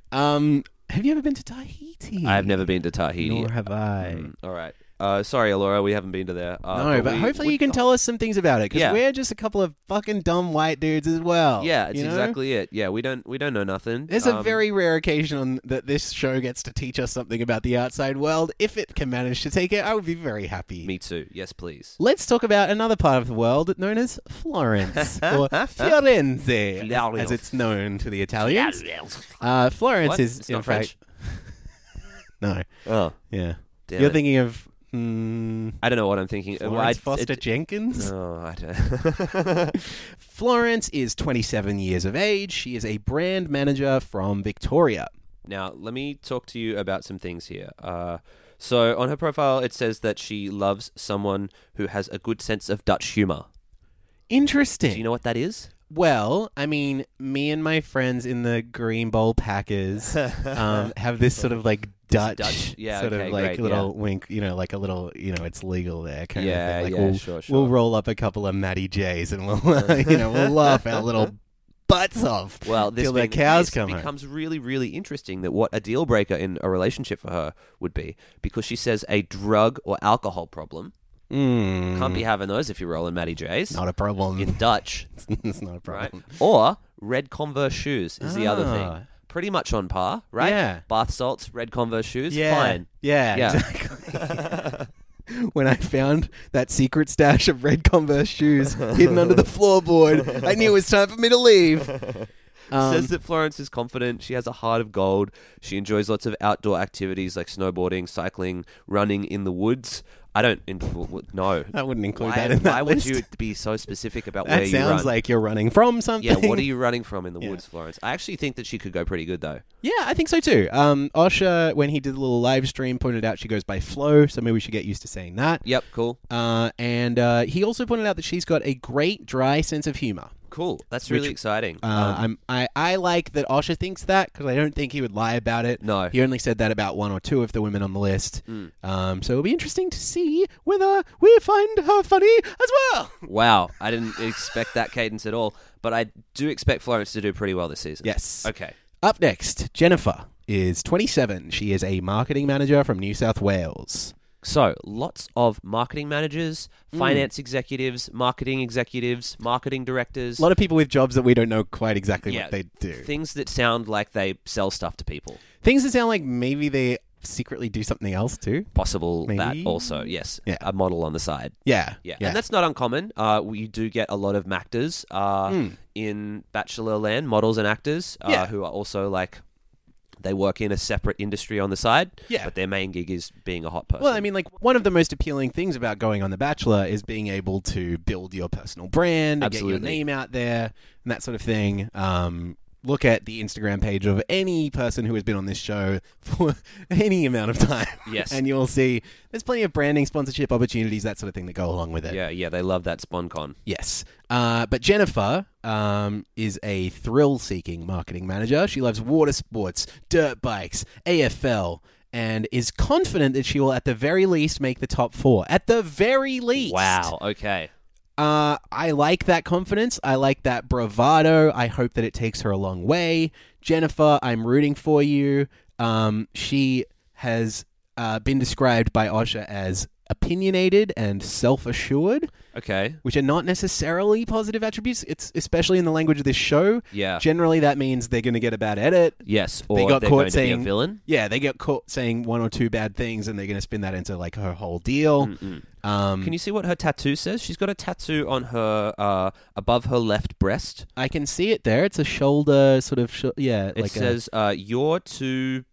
C: [LAUGHS] um, have you ever been to Tahiti?
D: I've never been to Tahiti.
C: Nor have I.
D: [LAUGHS] All right. Uh, sorry, Alora, we haven't been to there. Uh,
C: no, but
D: we
C: hopefully
D: would-
C: you can tell us some things about it because
D: Yeah.
C: we're just a couple of fucking dumb white dudes as well.
D: [LAUGHS] Yeah, it's
C: you know?
D: exactly it. Yeah, we don't we don't know nothing.
C: There's a
D: Um,
C: very rare occasion on that this show gets to teach us something about the outside world. If it can manage to take it, I would be very happy.
D: me too. Yes,
C: [LAUGHS]
D: please.
C: Let's talk about another part of the world known as
D: [LAUGHS]
C: Florence or Fiorenze,
D: Florence.
C: as it's known to
D: [LAUGHS]
C: the Italians. Uh, Florence
D: What?
C: is
D: It's
C: in
D: not French.
C: fact- no,
D: Oh,
C: yeah.
D: Damn
C: You're
D: it.
C: thinking of mm,
D: I don't know what I'm thinking. Uh, well,
C: Florence
D: I-
C: Foster
D: it-
C: Jenkins.
D: Oh, I
C: [LAUGHS]
D: don't. [LAUGHS]
C: Florence is 27 years of age. She is a brand manager from Victoria.
D: Now, let me talk to you about some things here. Uh, so, on her profile, it says that she loves someone who has a good sense of Dutch humor.
C: Interesting.
D: Do you know what that is?
C: Well, I mean, me and my friends in the Green Bowl Packers
D: [LAUGHS]
C: um, have this sort of like Dutch,
D: Dutch- yeah,
C: sort
D: okay,
C: of like
D: great,
C: little wink, you know, like a little, you know, it's legal there kind
D: Yeah,
C: of thing. Like
D: yeah,
C: we'll,
D: sure, sure.
C: we'll roll up a couple of Matty J's and we'll, [LAUGHS] you know, we'll laugh our little butts off.
D: Well, this
C: till the
D: being
C: cows
D: case,
C: come
D: it
C: home.
D: becomes really, really interesting that what a deal breaker in a relationship for her would be because she says a drug or alcohol problem.
C: Mm,
D: Can't be having those if you're rolling Matty J's
C: not a
D: [LAUGHS]
C: problem.
D: in Dutch,
C: [LAUGHS] it's not a [LAUGHS]
D: right?
C: problem.
D: or red Converse shoes is the other
C: Ah.
D: thing. Pretty much on par, right?
C: Yeah.
D: Bath salts, red Converse shoes,
C: Yeah,
D: fine.
C: yeah,
D: Yeah.
C: exactly. [LAUGHS] when I found that secret stash of red Converse
D: [LAUGHS]
C: shoes hidden under the floorboard, I knew it was time for me
D: [LAUGHS]
C: to leave. Um,
D: says that Florence is confident. She has a heart of gold. She enjoys lots of outdoor activities like snowboarding, cycling, running in the woods. I don't. In, w- w- no.
C: I wouldn't include
D: why,
C: that in that
D: why would
C: [LAUGHS] list.
D: you be so specific about where
C: that
D: you
C: sounds
D: run?
C: like you're running from something.
D: yeah, what are you running from in the woods, Florence? I actually think that she could go pretty good though.
C: [LAUGHS] Yeah, I think so too. Um, Osha, when he did the little live stream, pointed out she goes by flow, so maybe we should get used to saying that.
D: Yep, cool,
C: Uh, and uh, he also pointed out that she's got a great dry sense of humor.
D: cool. That's really exciting. Um,
C: Uh, I'm, I, I like that Osha thinks that because I don't think he would lie about it.
D: No. Mm.
C: He only said that about one or two of the women on the list. Um, so it'll be interesting to see whether we find her funny as
D: [LAUGHS]
C: well.
D: wow, I didn't expect that cadence at all, but I do expect Florence to do pretty well this season.
C: Yes.
D: Okay.
C: Up next, Jennifer is 27. She is a marketing manager from New South Wales.
D: So, lots of marketing managers,
C: Mm.
D: finance executives, marketing executives, marketing directors.
C: A lot of people with jobs that we don't know quite exactly
D: Yeah,
C: what they do.
D: Things that sound like they sell stuff to people.
C: Things that sound like maybe they secretly do something else too.
D: Possible
C: Maybe?
D: that also, yes.
C: Yeah.
D: A model on the side.
C: Yeah.
D: Yeah. And that's not uncommon. Uh, we do get a lot of MACTors uh, in Bachelor Land, models and actors, uh,
C: Hmm. Yeah.
D: who are also like, they work in a separate industry on the side,
C: Yeah.
D: but their main gig is being a hot person.
C: Well, I mean, like one of the most appealing things about going on The Bachelor is being able to build your personal brand, and get your
D: Absolutely.
C: name out there, and that sort of thing. Um, look at the Instagram page of any person who has been on this show for [LAUGHS] any amount of time.
D: Yes.
C: and you'll see there's plenty of branding, sponsorship opportunities, that sort of thing that go along with it.
D: yeah, yeah, they love that SponCon.
C: Yes. Uh, but Jennifer um, is a thrill seeking marketing manager. She loves water sports, dirt bikes, AFL, and is confident that she will, at the very least, make the top four. At the very least.
D: Wow. Okay.
C: Uh, I like that confidence. I like that bravado. I hope that it takes her a long way. Jennifer, I'm rooting for you. Um, she has uh, been described by Osha as opinionated and self assured
D: Okay.
C: which are not necessarily positive attributes. It's especially in the language of this show.
D: Yeah.
C: Generally, that means they're going to get a bad edit.
D: Yes, or
C: They
D: they
C: got
D: are
C: caught
D: going to
C: saying-
D: be a villain.
C: Yeah, they get caught saying one or two bad things, and they're going to spin that into like her whole deal. Um,
D: Can you see what her tattoo says? She's got a tattoo on her uh, above her left breast.
C: I can see it there. It's a shoulder sort of. Sh- yeah,
D: It
C: like a-
D: says, uh, "You're to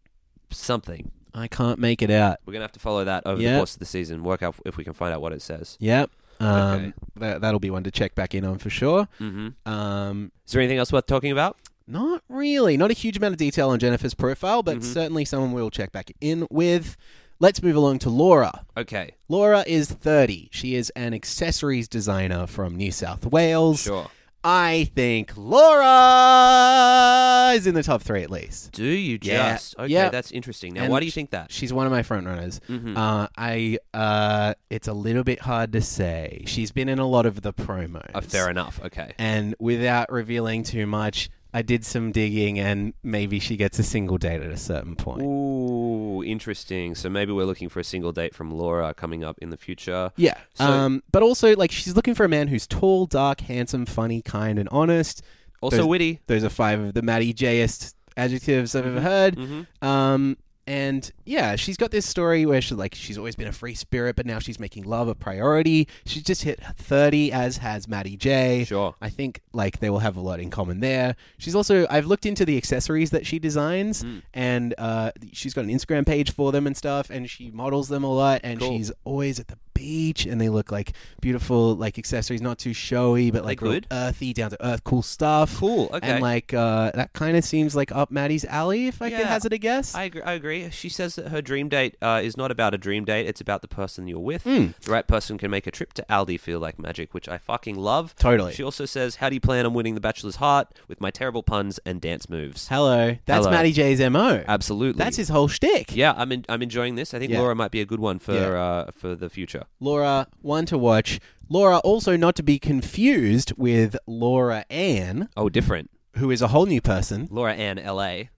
D: something."
C: I can't make it out.
D: We're gonna have to follow that over
C: Yeah.
D: the course of the season. Work out if we can find out what it says.
C: Yep. Um,
D: Okay.
C: that, that'll be one to check back in on for sure.
D: Mm-hmm.
C: Um,
D: Is there anything else worth talking about?
C: Not really. Not a huge amount of detail on Jennifer's profile, but
D: Mm-hmm.
C: certainly someone we'll check back in with. Let's move along to Laura.
D: Okay,
C: Laura is 30. She is an accessories designer from New South Wales.
D: sure.
C: I think Laura is in the top three at least.
D: Do you
C: Yeah.
D: just? Okay,
C: Yeah.
D: that's interesting. Now,
C: And
D: why do you think that?
C: She's one of my front runners.
D: Mhm.
C: Uh, I uh, it's a little bit hard to say. She's been in a lot of the promos.
D: Uh, fair enough. Okay.
C: And without revealing too much, I did some digging, and maybe she gets a single date at a certain point.
D: Ooh, interesting. So maybe we're looking for a single date from Laura coming up in the future.
C: Yeah.
D: So-
C: um, but also, like, she's looking for a man who's tall, dark, handsome, funny, kind, and honest.
D: Also
C: There's-
D: witty.
C: Those are five of the Maddie J.est adjectives I've ever heard.
D: Mm-hmm.
C: Um, and yeah, she's got this story where she like she's always been a free spirit, but now she's making love a priority. She's just hit thirty, as has Maddie J.
D: Sure.
C: I think like they will have a lot in common there. She's also I've looked into the accessories that she designs,
D: Mm.
C: and uh, she's got an Instagram page for them and stuff, and she models them a lot, and
D: Cool.
C: she's always at the beach, and they look like beautiful like accessories, not too showy, but like real
D: good?
C: earthy, down to earth, cool stuff.
D: Cool. Okay.
C: And like uh, that kind of seems like up Maddie's alley, if I could
D: Yeah.
C: hazard a guess.
D: I agree, I agree. She says that her dream date uh, is not about a dream date; it's about the person you're with.
C: Hmm.
D: The right person can make a trip to Aldi feel like magic, which I fucking love.
C: Totally.
D: She also says, "How do you plan on winning the Bachelor's heart with my terrible puns and dance moves?"
C: Hello, that's
D: Hello.
C: Maddie J's mo.
D: Absolutely.
C: That's his whole shtick.
D: Yeah, I'm en- I'm enjoying this. I think
C: Yeah.
D: Laura might be a good one for
C: Yeah.
D: uh, for the future.
C: Laura, one to watch. Laura, also not to be confused with Laura Ann,
D: Oh, different.
C: who is a whole new person.
D: Laura Ann, L.A.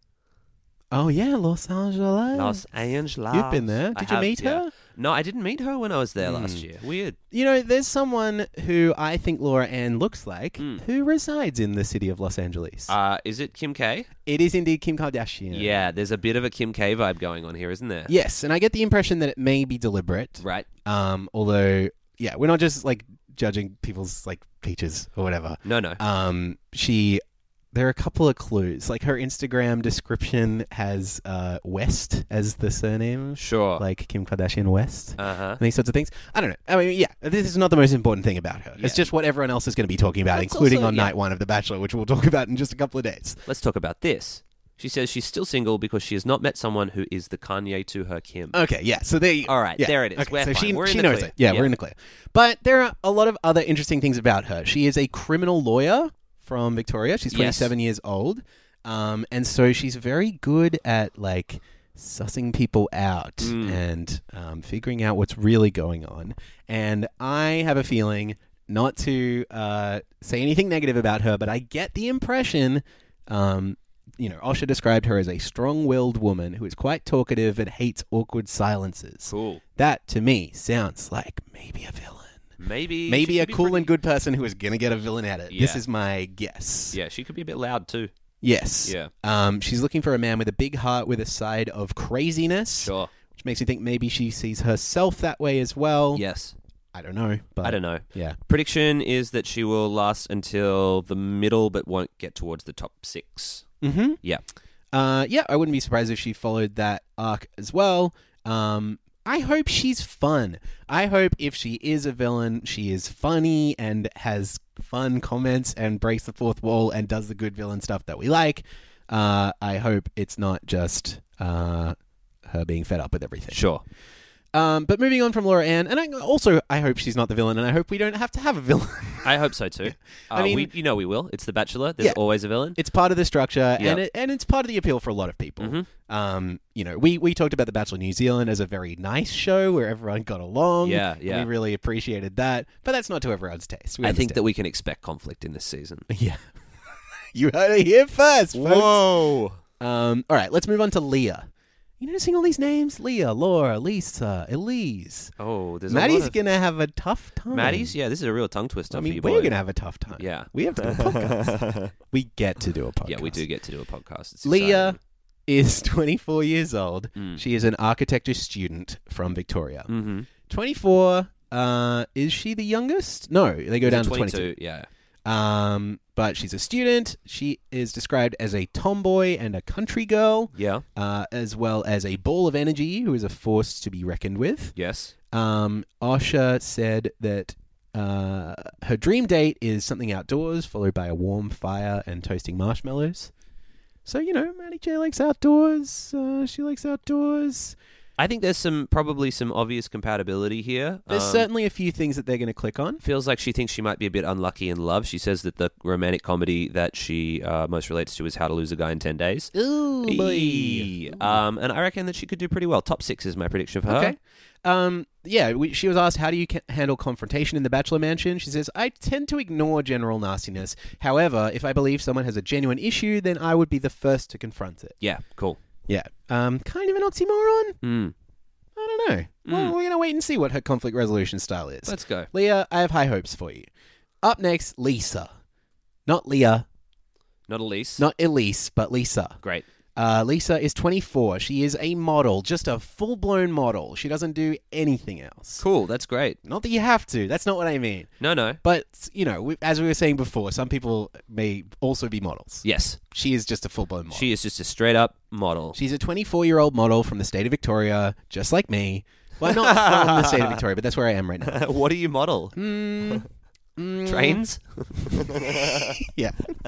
C: Oh yeah, Los Angeles.
D: Los Angeles.
C: Oh. You've been there.
D: I
C: Did you meet
D: yeah.
C: her? Hmm.
D: No, I didn't meet her when I was there last year. Weird.
C: You know, there's someone who I think Laura Ann looks like
D: Mm.
C: who resides in the city of Los Angeles.
D: Uh, is it Kim K?
C: it is indeed Kim Kardashian.
D: Yeah. there's a bit of a Kim K vibe going on here, isn't there?
C: Yes, and I get the impression that it may be deliberate.
D: Right.
C: Um, although, yeah, we're not just like judging people's like features or whatever.
D: No, no.
C: Um, she, there are a couple of clues. Like her Instagram description has uh, West as the surname,
D: sure.
C: like Kim Kardashian West.
D: uh huh.
C: and these sorts of things. I don't know. I mean, yeah, this is not the most important thing about her.
D: Yeah.
C: It's just what everyone else is going to be talking about,
D: That's
C: including
D: also-
C: on
D: yeah.
C: night one of The Bachelor, which we'll talk about in just a couple of days.
D: Let's talk about this. She says she's still single because she has not met someone who is the Kanye to her Kim.
C: Okay, yeah. So there you
D: All right,
C: yeah.
D: there it is.
C: Okay,
D: We're
C: so
D: fine.
C: she,
D: We're in
C: she
D: the
C: knows
D: clear.
C: it. Yeah,
D: Yeah.
C: we're in the clear. But there are a lot of other interesting things about her. She is a criminal lawyer from Victoria. She's
D: Yes.
C: 27 years old. Um, and so she's very good at like sussing people out
D: Mm.
C: and um, figuring out what's really going on. And I have a feeling not to uh, say anything negative about her, but I get the impression um, you know, Osha described her as a strong willed woman who is quite talkative and hates awkward silences.
D: Cool.
C: That, to me, sounds like maybe a villain.
D: Maybe.
C: Maybe
D: she
C: a
D: could be
C: cool
D: pretty-
C: and good person who is going to get a villain at it. This
D: Yeah.
C: is my guess.
D: Yeah, she could be a bit loud too.
C: Yes.
D: Yeah.
C: Um, she's looking for a man with a big heart with a side of craziness,
D: Sure.
C: which makes me think maybe she sees herself that way as well.
D: Yes.
C: I don't know. But
D: I don't know.
C: Yeah.
D: Prediction is that she will last until the middle, but won't get towards the top six.
C: Mm-hmm.
D: Yeah.
C: Uh, yeah, I wouldn't be surprised if she followed that arc as well. Um, I hope she's fun. I hope if she is a villain, she is funny and has fun comments and breaks the fourth wall and does the good villain stuff that we like. Uh, I hope it's not just uh, her being fed up with everything.
D: Sure.
C: Um, but moving on from Laura Ann, and I also I hope she's not the villain, and I hope we don't have to have a villain. [LAUGHS]
D: I hope so too. Uh,
C: I mean-
D: we, you know, we will. It's The Bachelor. There's
C: Yeah.
D: always a villain.
C: It's part of the structure,
D: Yep. Mm-hmm.
C: and it, and it's part of the appeal for a lot of people. Um, you know, we we talked about the Bachelor New Zealand as a very nice show where everyone got along.
D: Yeah,
C: and
D: yeah.
C: we really appreciated that, but that's not to everyone's taste. We
D: I think that we can expect conflict in this season.
C: that [LAUGHS] yeah, you heard it here first, folks.
D: Whoa.
C: Um, all right, let's move on to Leah. You noticing all these names? Leah, Laura, Lisa, Elise.
D: Oh, there's a
C: Maddie's
D: lot of...
C: gonna have a tough time.
D: Maddie's. Yeah, this is a real tongue twister
C: I
D: for
C: mean,
D: you.
C: we're
D: boy.
C: gonna have a tough time.
D: Yeah.
C: we have to do a
D: [LAUGHS]
C: podcast. we get to do a podcast.
D: Yeah, we do get to do a podcast. It's
C: Leah
D: exciting.
C: is [LAUGHS] 24 years old.
D: Mm.
C: She is an architecture student from Victoria.
D: Mhm.
C: 24. Uh, is she the youngest? No, they go down to 22.
D: Yeah.
C: Um, but she's a student. She is described as a tomboy and a country girl,
D: Yeah.
C: uh, as well as a ball of energy who is a force to be reckoned with.
D: Yes.
C: Um, Osha said that uh, her dream date is something outdoors, followed by a warm fire and toasting marshmallows. So you know, Maddie J likes outdoors. Uh, she likes outdoors.
D: I think there's some probably some obvious compatibility here.
C: There's
D: Um,
C: certainly a few things that they're going to click on.
D: feels like she thinks she might be a bit unlucky in love. She says that the romantic comedy that she uh, most relates to is How to Lose a Guy in Ten Days.
C: Ooh,
D: Eee. Um, and I reckon that she could do pretty well. Top six is my prediction for her.
C: Okay. Um, yeah, we, she was asked, How do you ca- handle confrontation in the Bachelor Mansion? She says, I tend to ignore general nastiness. However, if I believe someone has a genuine issue, then I would be the first to confront it.
D: Yeah, cool.
C: Yeah. Um, kind of an oxymoron?
D: Mm.
C: I don't know. Well, we're going to wait and see what her conflict resolution style is.
D: Hmm. Let's go.
C: Leah, I have high hopes for you. Up next, Lisa. Not Leah,
D: Not Elise.
C: not Elise, but Lisa.
D: Great.
C: Uh, Lisa is 24. She is a model, just a full blown model. She doesn't do anything else.
D: Cool. That's great.
C: Not that you have to. That's not what I mean.
D: No, no.
C: But you know, we, as we were saying before, some people may also be models.
D: Yes.
C: She is just a full blown model.
D: She is just a straight up model.
C: She's a 24 year old model from the state of Victoria, just like me. Well, not from the state of Victoria, but that's where I am right
D: [LAUGHS] [LAUGHS]
C: now.
D: what do you model? [LAUGHS]
C: Mm, mm,
D: Trains?
C: Yeah. [LAUGHS]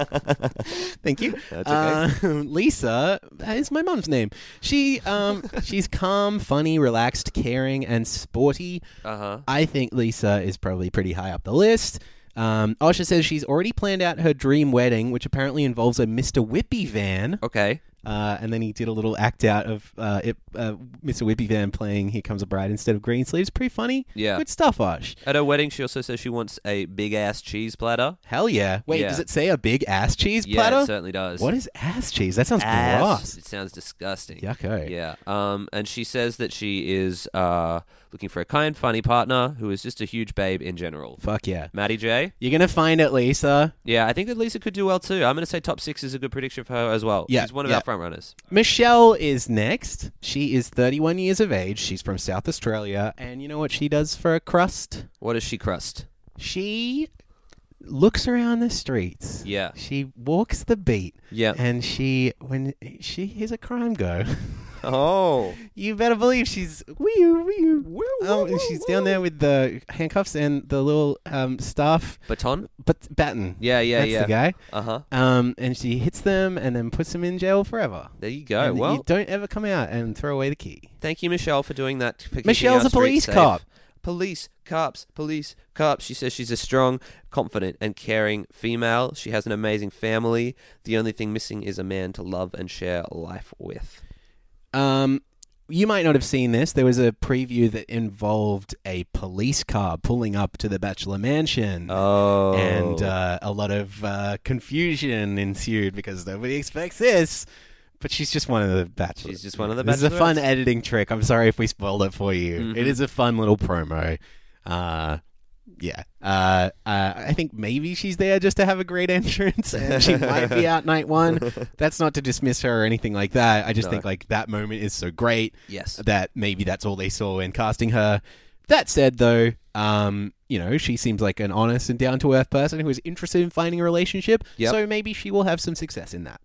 C: Thank you.
D: That's okay.
C: Um, Lisa that is my mom's name. She um, she's calm, funny, relaxed, caring, and sporty.
D: Uh huh.
C: I think Lisa is probably pretty high up the list. Um, Osha says she's already planned out her dream wedding, which apparently involves a Mr. Whippy van.
D: Okay.
C: Uh, and then he did a little act out of uh, it, uh, Mr. Whippy van playing "Here Comes a Bride" instead of Green Sleeves. Pretty funny.
D: Yeah.
C: good stuff, Osh.
D: At her wedding, she also says she wants a big ass cheese platter.
C: Hell yeah! Wait,
D: Yeah.
C: does it say a big ass cheese
D: Yeah,
C: platter?
D: it certainly does.
C: what is ass cheese? That sounds
D: ass.
C: gross.
D: It sounds disgusting.
C: Yucko.
D: Yeah. Um, and she says that she is uh, looking for a kind, funny partner who is just a huge babe in general.
C: Fuck yeah!
D: Maddie J.
C: You're gonna find it, Lisa.
D: Yeah, I think that Lisa could do well too. I'm going to say top six is a good prediction for her as well.
C: Yeah,
D: She's one of
C: yeah.
D: our front runners.
C: Michelle is next. She is 31 years of age. She's from South Australia, and you know what she does for a crust?
D: What is she crust?
C: She looks around the streets.
D: Yeah.
C: She walks the beat.
D: Yeah.
C: And she, when she hears a crime go, [LAUGHS]
D: Oh.
C: you better believe she's wee wee. Um, and she's down there with the handcuffs and the little um, staff,
D: Baton?
C: but baton.
D: Yeah, yeah,
C: That's
D: yeah.
C: the guy.
D: Uh huh.
C: Um, and she hits them and then puts them in jail forever.
D: There you go.
C: And
D: Oh, well,
C: you don't ever come out and throw away the key.
D: thank you, Michelle, for doing that. for keeping
C: Michelle's
D: our
C: a police
D: streets safe.
C: cop.
D: Police, cops, police, cops. She says she's a strong, confident, and caring female. She has an amazing family. The only thing missing is a man to love and share life with.
C: Um, you might not have seen this. There was a preview that involved a police car pulling up to the Bachelor Mansion.
D: Oh.
C: And uh, a lot of uh, confusion ensued because nobody expects this. But she's just one of the bachelors.
D: She's just one of the Mm-hmm.
C: This is a fun
D: bachelorettes.
C: editing trick. I'm sorry if we spoiled it for you. It is a fun little promo. Uh, yeah. Uh, uh, I think maybe she's there just to have a great [LAUGHS] entrance, and she might be out
D: [LAUGHS]
C: night one. That's not to dismiss her or anything like that. I just think like that moment is so great
D: yes.
C: that maybe that's all they saw in casting her. That said, though, um, you know, she seems like an honest and down to earth person who is interested in finding a relationship.
D: Yep.
C: So maybe she will have some success in that.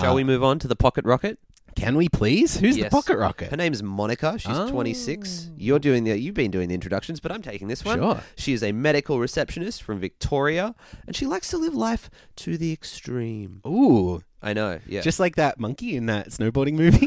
D: Shall we move on to the pocket rocket?
C: Can we please? Who's
D: Yes.
C: Oh. the pocket
D: Her
C: rocket?
D: name is Monica. She's
C: Oh.
D: 26. You're doing the you've been doing the introductions, but I'm taking this one.
C: Sure.
D: She is a medical receptionist from Victoria, and she likes to live life to the extreme.
C: Ooh,
D: I know. Yeah.
C: just like that monkey in that snowboarding movie.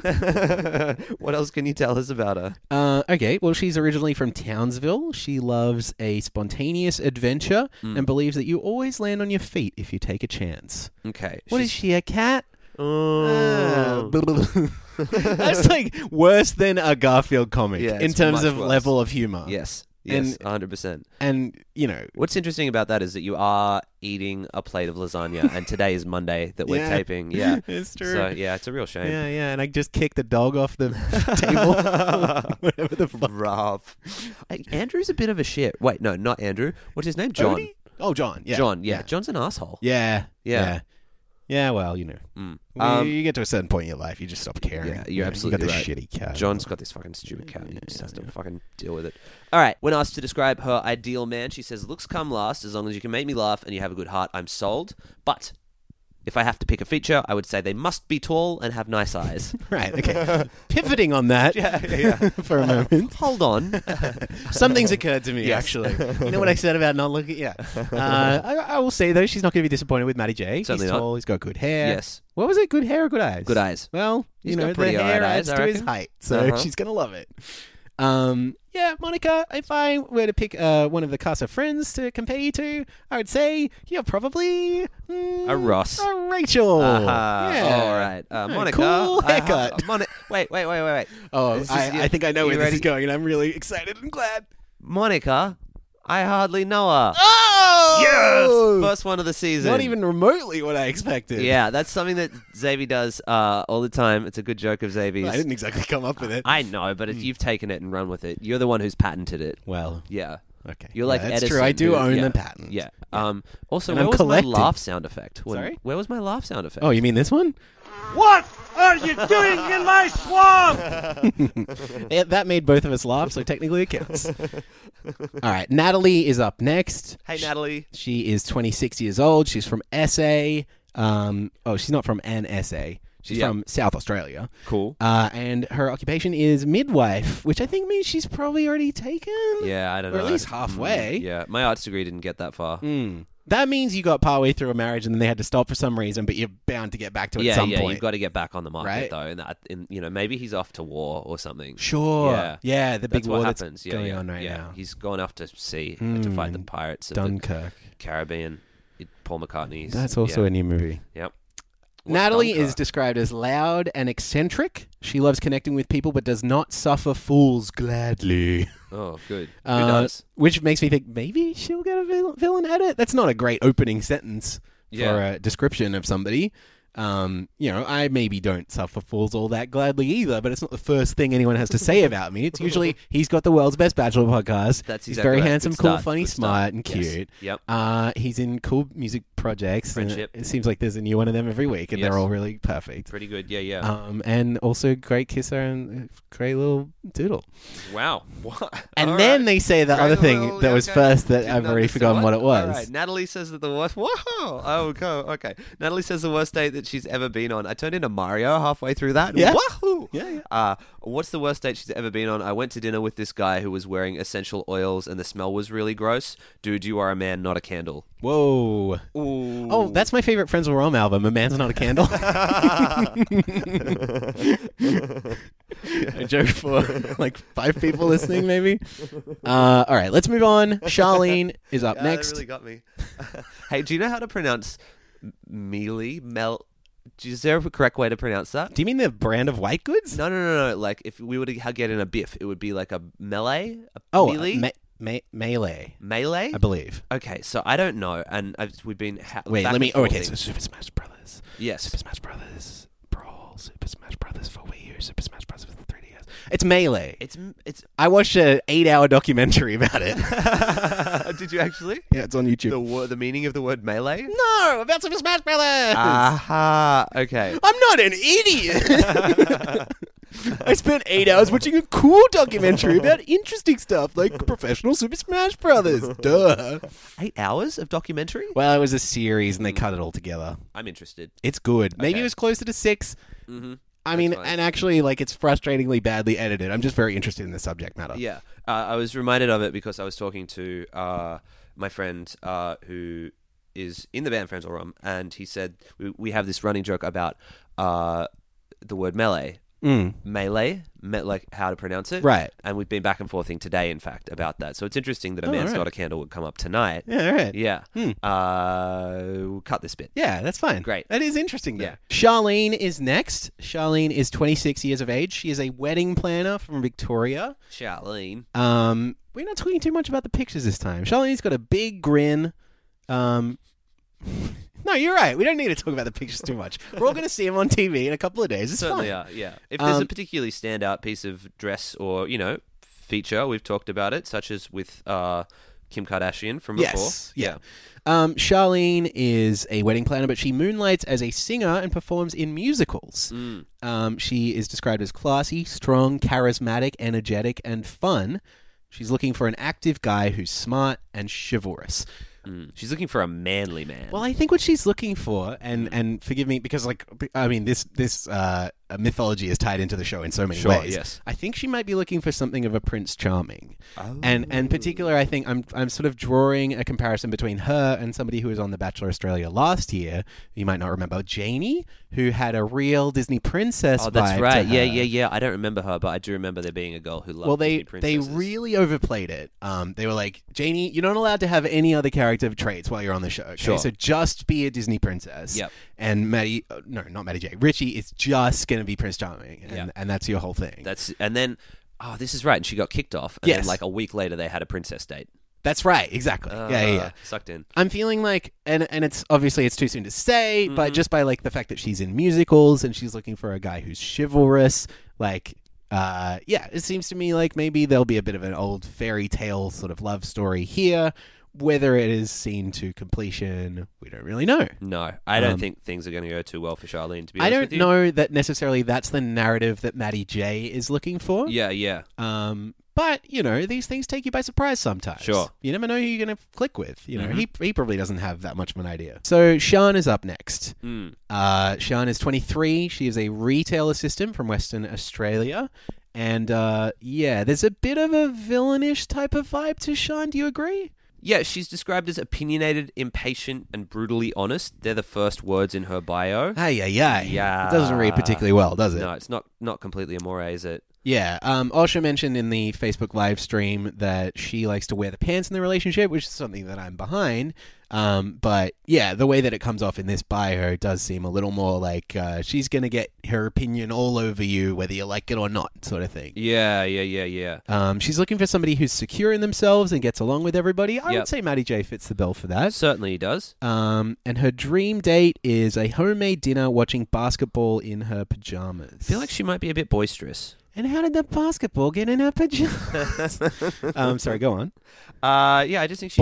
D: [LAUGHS] what else can you tell us about her?
C: Uh, okay, well, she's originally from Townsville. She loves a spontaneous adventure
D: Hmm.
C: and believes that you always land on your feet if you take a chance.
D: Okay.
C: What is
D: she's-
C: she, a cat? Ah.
D: Oh. [LAUGHS]
C: That's like worse than a Garfield comic
D: Yeah,
C: in
D: it's
C: terms
D: much
C: of
D: worse.
C: level of humor.
D: yes.
C: And-
D: Yes, 100%.
C: And, you know,
D: What's interesting about that is that you are eating a plate of
C: [LAUGHS]
D: lasagna, and today is Monday that we're
C: Yeah.
D: taping. Yeah.
C: [LAUGHS] It's true.
D: So, yeah, it's a real shame. [LAUGHS]
C: yeah, yeah. And I just kicked a dog off the table. [LAUGHS] Whatever the fuck.
D: Rough. Andrew's a bit of a shit. Wait, no, not Andrew. What's his name? John.
C: Odie? Oh, John. Yeah.
D: John, yeah.
C: Yeah.
D: John's an asshole.
C: Yeah.
D: Yeah.
C: Yeah. Yeah, well, you know, you,
D: Um,
C: you get to a certain point in your life, you just stop caring.
D: Yeah, you're
C: You know,
D: absolutely
C: you got this
D: right.
C: shitty cat.
D: John's got this fucking stupid cat. and He just has to fucking deal with it. All right. When asked to describe her ideal man, she says, "Looks come last. As long as you can make me laugh and you have a good heart, I'm sold." But if I have to pick a feature, I would say they must be tall and have nice
C: [LAUGHS]
D: eyes.
C: Right. Okay. Pivoting on [LAUGHS] that for a moment.
D: Hold on.
C: Something's occurred to me
D: Yes.
C: [LAUGHS] actually. You know what I said about not looking? Yeah. Uh, I, I will say though, she's not going to be disappointed with Maddie J.
D: Certainly
C: he's
D: not.
C: tall. He's got good hair.
D: Yes.
C: What was it? Good hair or good eyes?
D: Good eyes.
C: Well, you
D: He's got
C: know, the
D: pretty
C: hair
D: alright eyes,
C: adds
D: I
C: to his
D: reckon.
C: height, so
D: Uh-huh.
C: she's gonna love it. Um, yeah, Monica. If I were to pick uh, one of the cast of friends to compare you to, I would say you're probably mm,
D: A Ross.
C: a Rachel.
D: Uh-huh.
C: Oh. Yeah.
D: All right. Uh,
C: Yeah,
D: Monica.
C: cool
D: I
C: haircut.
D: have- Moni- wait, wait, wait, wait, wait.
C: Oh,
D: This is-
C: I, I think I know
D: you
C: where this
D: ready?
C: is going, and I'm really excited and glad.
D: Monica, I hardly know her.
C: Oh,
D: First one of the season.
C: Not even remotely what I expected.
D: Yeah, that's something that Xavi does uh, all the time. It's a good joke of Xavi's.
C: I didn't exactly come up with it.
D: I know, but it, you've taken it and run with it. You're the one who's patented it.
C: well,
D: Yeah.
C: okay.
D: You're like
C: Yeah, that's
D: Edison.
C: true. I do
D: who-
C: own
D: yeah,
C: the patent.
D: Yeah. Um, also,
C: And
D: where
C: I'm
D: was
C: collecting.
D: my laugh sound effect? When-
C: Sorry?
D: Where was my laugh sound effect?
C: Oh, you mean
D: [LAUGHS]
C: this one?
E: What are you doing in my swamp?
C: Yeah, that made both of us laugh, so technically
D: [LAUGHS]
C: it counts. All right, Natalie is up next.
D: Hey, Natalie.
C: She is 26 years old. She's from SA. Um, oh, she's not from an SA. She's
D: Yeah.
C: from South Australia.
D: Cool.
C: Uh, and her occupation is midwife, which I think means she's probably already taken.
D: Yeah, I don't
C: Or
D: know.
C: at least
D: Mm,
C: halfway.
D: Yeah, my arts degree didn't get that far.
C: Mm. That means you got partway through a marriage and then they had to stop for some reason, but you're bound to get back to it
D: yeah,
C: at some
D: yeah,
C: point.
D: you've got to get back on the market
C: Right?
D: though, and that, and, you know, maybe he's off to war or something.
C: sure. Yeah,
D: Yeah.
C: the big
D: That's
C: war
D: what
C: that's
D: happens. yeah,
C: going
D: yeah,
C: on right
D: yeah.
C: now. Hmm.
D: He's gone off to sea uh, to fight the pirates of
C: Dunkirk.
D: the Caribbean. It- Paul McCartney's.
C: That's also
D: yeah.
C: a new movie.
D: Yep. What's
C: Natalie
D: Dunkirk?
C: is described as loud and eccentric. She loves connecting with people but does not suffer fools gladly.
D: Oh, good. Who
C: Uh,
D: does?
C: Which makes me think maybe she'll get a vil- villain edit. That's not a great opening sentence for
D: Yeah.
C: a description of somebody. Um, you know, I maybe don't suffer fools all that gladly either, but it's not the first thing anyone has
D: [LAUGHS]
C: to say about me. It's usually he's got the world's best bachelor podcast.
D: That's exactly
C: he's very
D: right. Good
C: handsome, cool,
D: start.
C: funny,
D: Good
C: smart,
D: start.
C: and
D: Yes.
C: cute.
D: Yep.
C: Uh, he's in cool music projects. and
D: Friendship.
C: It seems like there's a new one of them every week, and
D: Yes.
C: they're all really perfect.
D: Pretty good. Yeah, yeah.
C: Um, and also great kisser and great little doodle.
D: wow. [LAUGHS] What?
C: And
D: All
C: then
D: right.
C: they say the
D: Great
C: other thing
D: little-
C: that was
D: okay.
C: first that
D: Did
C: I've
D: not
C: already
D: miss the
C: forgotten what it was.
D: All right. Natalie says that the worst. Whoa! Oh, go. Okay. Natalie says the worst date that she's ever been on. I turned into Mario halfway through that.
C: Yeah.
D: Wahoo!
C: Yeah, yeah.
D: Uh, what's the worst date she's ever been on? I went to dinner with this guy who was wearing essential oils, and the smell was really gross. Dude, you are a man, not a candle.
C: Whoa.
D: Ooh.
C: Oh, that's my favorite Friends of Rome album, A Man's Not
D: [LAUGHS]
C: a Candle. a joke for like five people listening, maybe. Uh, all right, let's move on. Charlene is
D: [LAUGHS]
C: up
D: Yeah, that
C: next.
D: really got me. hey, do you know how to pronounce m- mealy? Mel? Is there a correct way to pronounce that?
C: Do you mean the brand of white goods?
D: No, no, no, no. Like if we were to ha- get in a biff, it would be like a melee. A
C: Oh, uh,
D: melee,
C: me- me- melee,
D: melee.
C: I believe.
D: okay, so I don't know, and I've, we've been ha-
C: Wait,
D: back
C: let
D: and
C: me. Oh,
D: forth
C: okay, so
D: things.
C: Super Smash Brothers. Super
D: yes,
C: Smash Brothers Brawl. Super Smash Brothers for Wii U. Super Smash Brothers for 3DS. It's melee.
D: it's m- [LAUGHS] it's.
C: I watched an eight-hour documentary [LAUGHS] about it.
D: Did you actually
C: yeah, it's on YouTube.
D: the word, the meaning of the word melee?
C: No, about Super Smash Brothers.
D: Aha. Okay.
C: I'm not an [LAUGHS] idiot. I spent eight hours watching a cool [LAUGHS] documentary about interesting stuff [LAUGHS] like professional Super Smash Brothers. Duh.
D: Eight hours of documentary.
C: Well, it was a series, and they cut it all together.
D: I'm interested.
C: It's good. Maybe
D: Okay.
C: it was closer to six.
D: Mm-hmm.
C: I mean,
D: That's fine.
C: and actually, like, it's frustratingly badly edited. I'm just very interested in the subject matter.
D: Yeah, uh, I was reminded of it because I was talking to uh, my friend uh, who is in the band Friends All Rum, and he said we, we have this running joke about uh, the word melee,
C: Mm.
D: melee, me- like how to pronounce it,
C: Right.
D: And we've been back and forthing today, in fact, about that. So it's interesting that a man's
C: alright.
D: not a candle would come up tonight.
C: Yeah, all right.
D: Yeah, uh, we'll cut this bit.
C: Yeah, that's fine.
D: Great.
C: That is interesting, though.
D: Yeah.
C: Charlene is next. Charlene is 26 years of age. She is a wedding planner from Victoria.
D: Charlene,
C: Um, we're not talking too much about the pictures this time. Charlene's got a big grin. Um, [LAUGHS] no, you're right. We don't need to talk about the pictures too much. We're all going to see him on TV in a couple of days. It's
D: certainly
C: fine.
D: are. Yeah, if there's
C: Um,
D: a particularly standout piece of dress or you know feature, we've talked about it, such as with uh, Kim Kardashian from before.
C: Yes. Yeah. Um, Charlene is a wedding planner, but she moonlights as a singer and performs in musicals.
D: Mm.
C: Um, she is described as classy, strong, charismatic, energetic, and fun. She's looking for an active guy who's smart and chivalrous.
D: Hmm. She's looking for a manly man.
C: Well, I think what she's looking for, and and forgive me because like I mean this this uh, mythology is tied into the show in so many
D: Sure,
C: ways.
D: yes.
C: I think she might be looking for something of a Prince Charming, and
D: Oh.
C: and particular, I think I'm I'm sort of drawing a comparison between her and somebody who was on The Bachelor Australia last year. You might not remember Janie, who had a real Disney princess.
D: oh, that's
C: vibe to
D: right. Yeah,
C: her.
D: yeah, yeah. I don't remember her, but I do remember there being a girl who loved.
C: Well, they
D: Disney
C: they
D: princesses.
C: really overplayed it. Um, they were like, Janie, you're not allowed to have any other character traits while you're on the show. Okay?
D: Sure.
C: So just be a Disney princess.
D: Yep.
C: And Maddie, uh, no, not Maddie J. Richie is just gonna be Prince Charming, and,
D: Yep.
C: and that's your whole thing.
D: That's and then. Oh, this is right. And she got kicked off. And
C: Yes.
D: Then, like a week later, they had a princess date.
C: that's right. Exactly. yeah, yeah,
D: Uh,
C: yeah.
D: Sucked in.
C: I'm feeling like, and and it's obviously it's too soon to say,
D: Mm-hmm.
C: but just by like the fact that she's in musicals and she's looking for a guy who's chivalrous, like, uh, yeah, it seems to me like maybe there'll be a bit of an old fairy tale sort of love story here. Whether it is seen to completion, we don't really know.
D: No, I don't think things are going to go too well for Charlene. To be
C: Um, I
D: honest
C: don't
D: with you.
C: know that necessarily that's the narrative that Maddie J is looking for.
D: Yeah, yeah.
C: Um, but you know, these things take you by surprise sometimes.
D: Sure. Mm-hmm.
C: you never know who you're going to click with. You know, he he probably doesn't have that much of an idea. So Sean is up next.
D: Mm.
C: Uh, Sean is 23. She is a retail assistant from Western Australia. And uh, yeah, there's a bit of a villainish type of vibe to Sean. Do you agree?
D: Yeah, she's described as opinionated, impatient, and brutally honest. They're the first words in her bio.
C: Hey, yeah, yeah,
D: Yeah.
C: It doesn't read particularly well, does it?
D: No, it's not not completely amore, is it?
C: Yeah. Um, Osha mentioned in the Facebook live stream that she likes to wear the pants in the relationship, which is something that I'm behind. Um, but yeah, the way that it comes off in this bio does seem a little more like uh, she's going to get her opinion all over you, whether you like it or not, sort of thing.
D: Yeah, yeah, yeah, yeah.
C: Um, she's looking for somebody who's secure in themselves and gets along with everybody. I
D: Yep.
C: would say Maddie J fits the bill for that.
D: Certainly does.
C: Um, and her dream date is a homemade dinner watching basketball in her pajamas.
D: I feel like she might be a bit boisterous.
C: And how did the basketball get in her pajamas?
D: [LAUGHS]
C: um, sorry, go on.
D: Uh, yeah, I just think she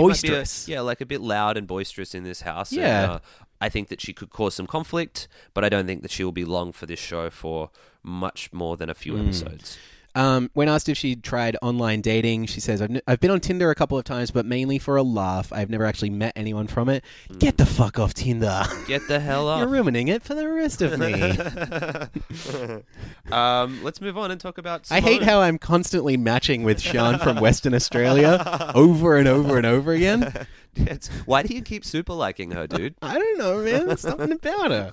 D: might
C: Boisterous.
D: be a, yeah, like a bit loud and boisterous in this house. and,
C: Yeah.
D: uh, I think that she could cause some conflict, but I don't think that she will be long for this show for much more than a few episodes.
C: Um, when asked if she'd tried online dating, she says, I've, n- I've been on Tinder a couple of times, but mainly for a laugh. I've never actually met anyone from it. Get the fuck off Tinder.
D: Hmm. Get the [LAUGHS] hell
C: [LAUGHS] You're
D: off.
C: ruining it for the rest
D: [LAUGHS]
C: of me.
D: Um, let's move on and talk about.
C: I hate
D: Simone.
C: how I'm constantly matching with
D: [LAUGHS]
C: Sean from Western Australia over and over and over again.
D: It's- [LAUGHS] Why do you keep super liking her, dude?
C: I
D: [LAUGHS]
C: don't know, man. There's something about her.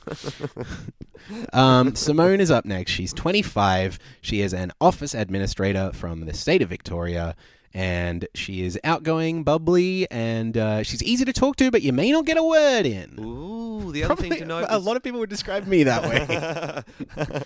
C: um, Simone is up next. She's 25. She is an office administrator from the state of Victoria. And she is outgoing, bubbly, and uh, she's easy to talk to, but you may not get a word in.
D: Ooh, the other thing to
C: Probably-
D: note.
C: a
D: is- [LAUGHS]
C: lot of people would describe me that way.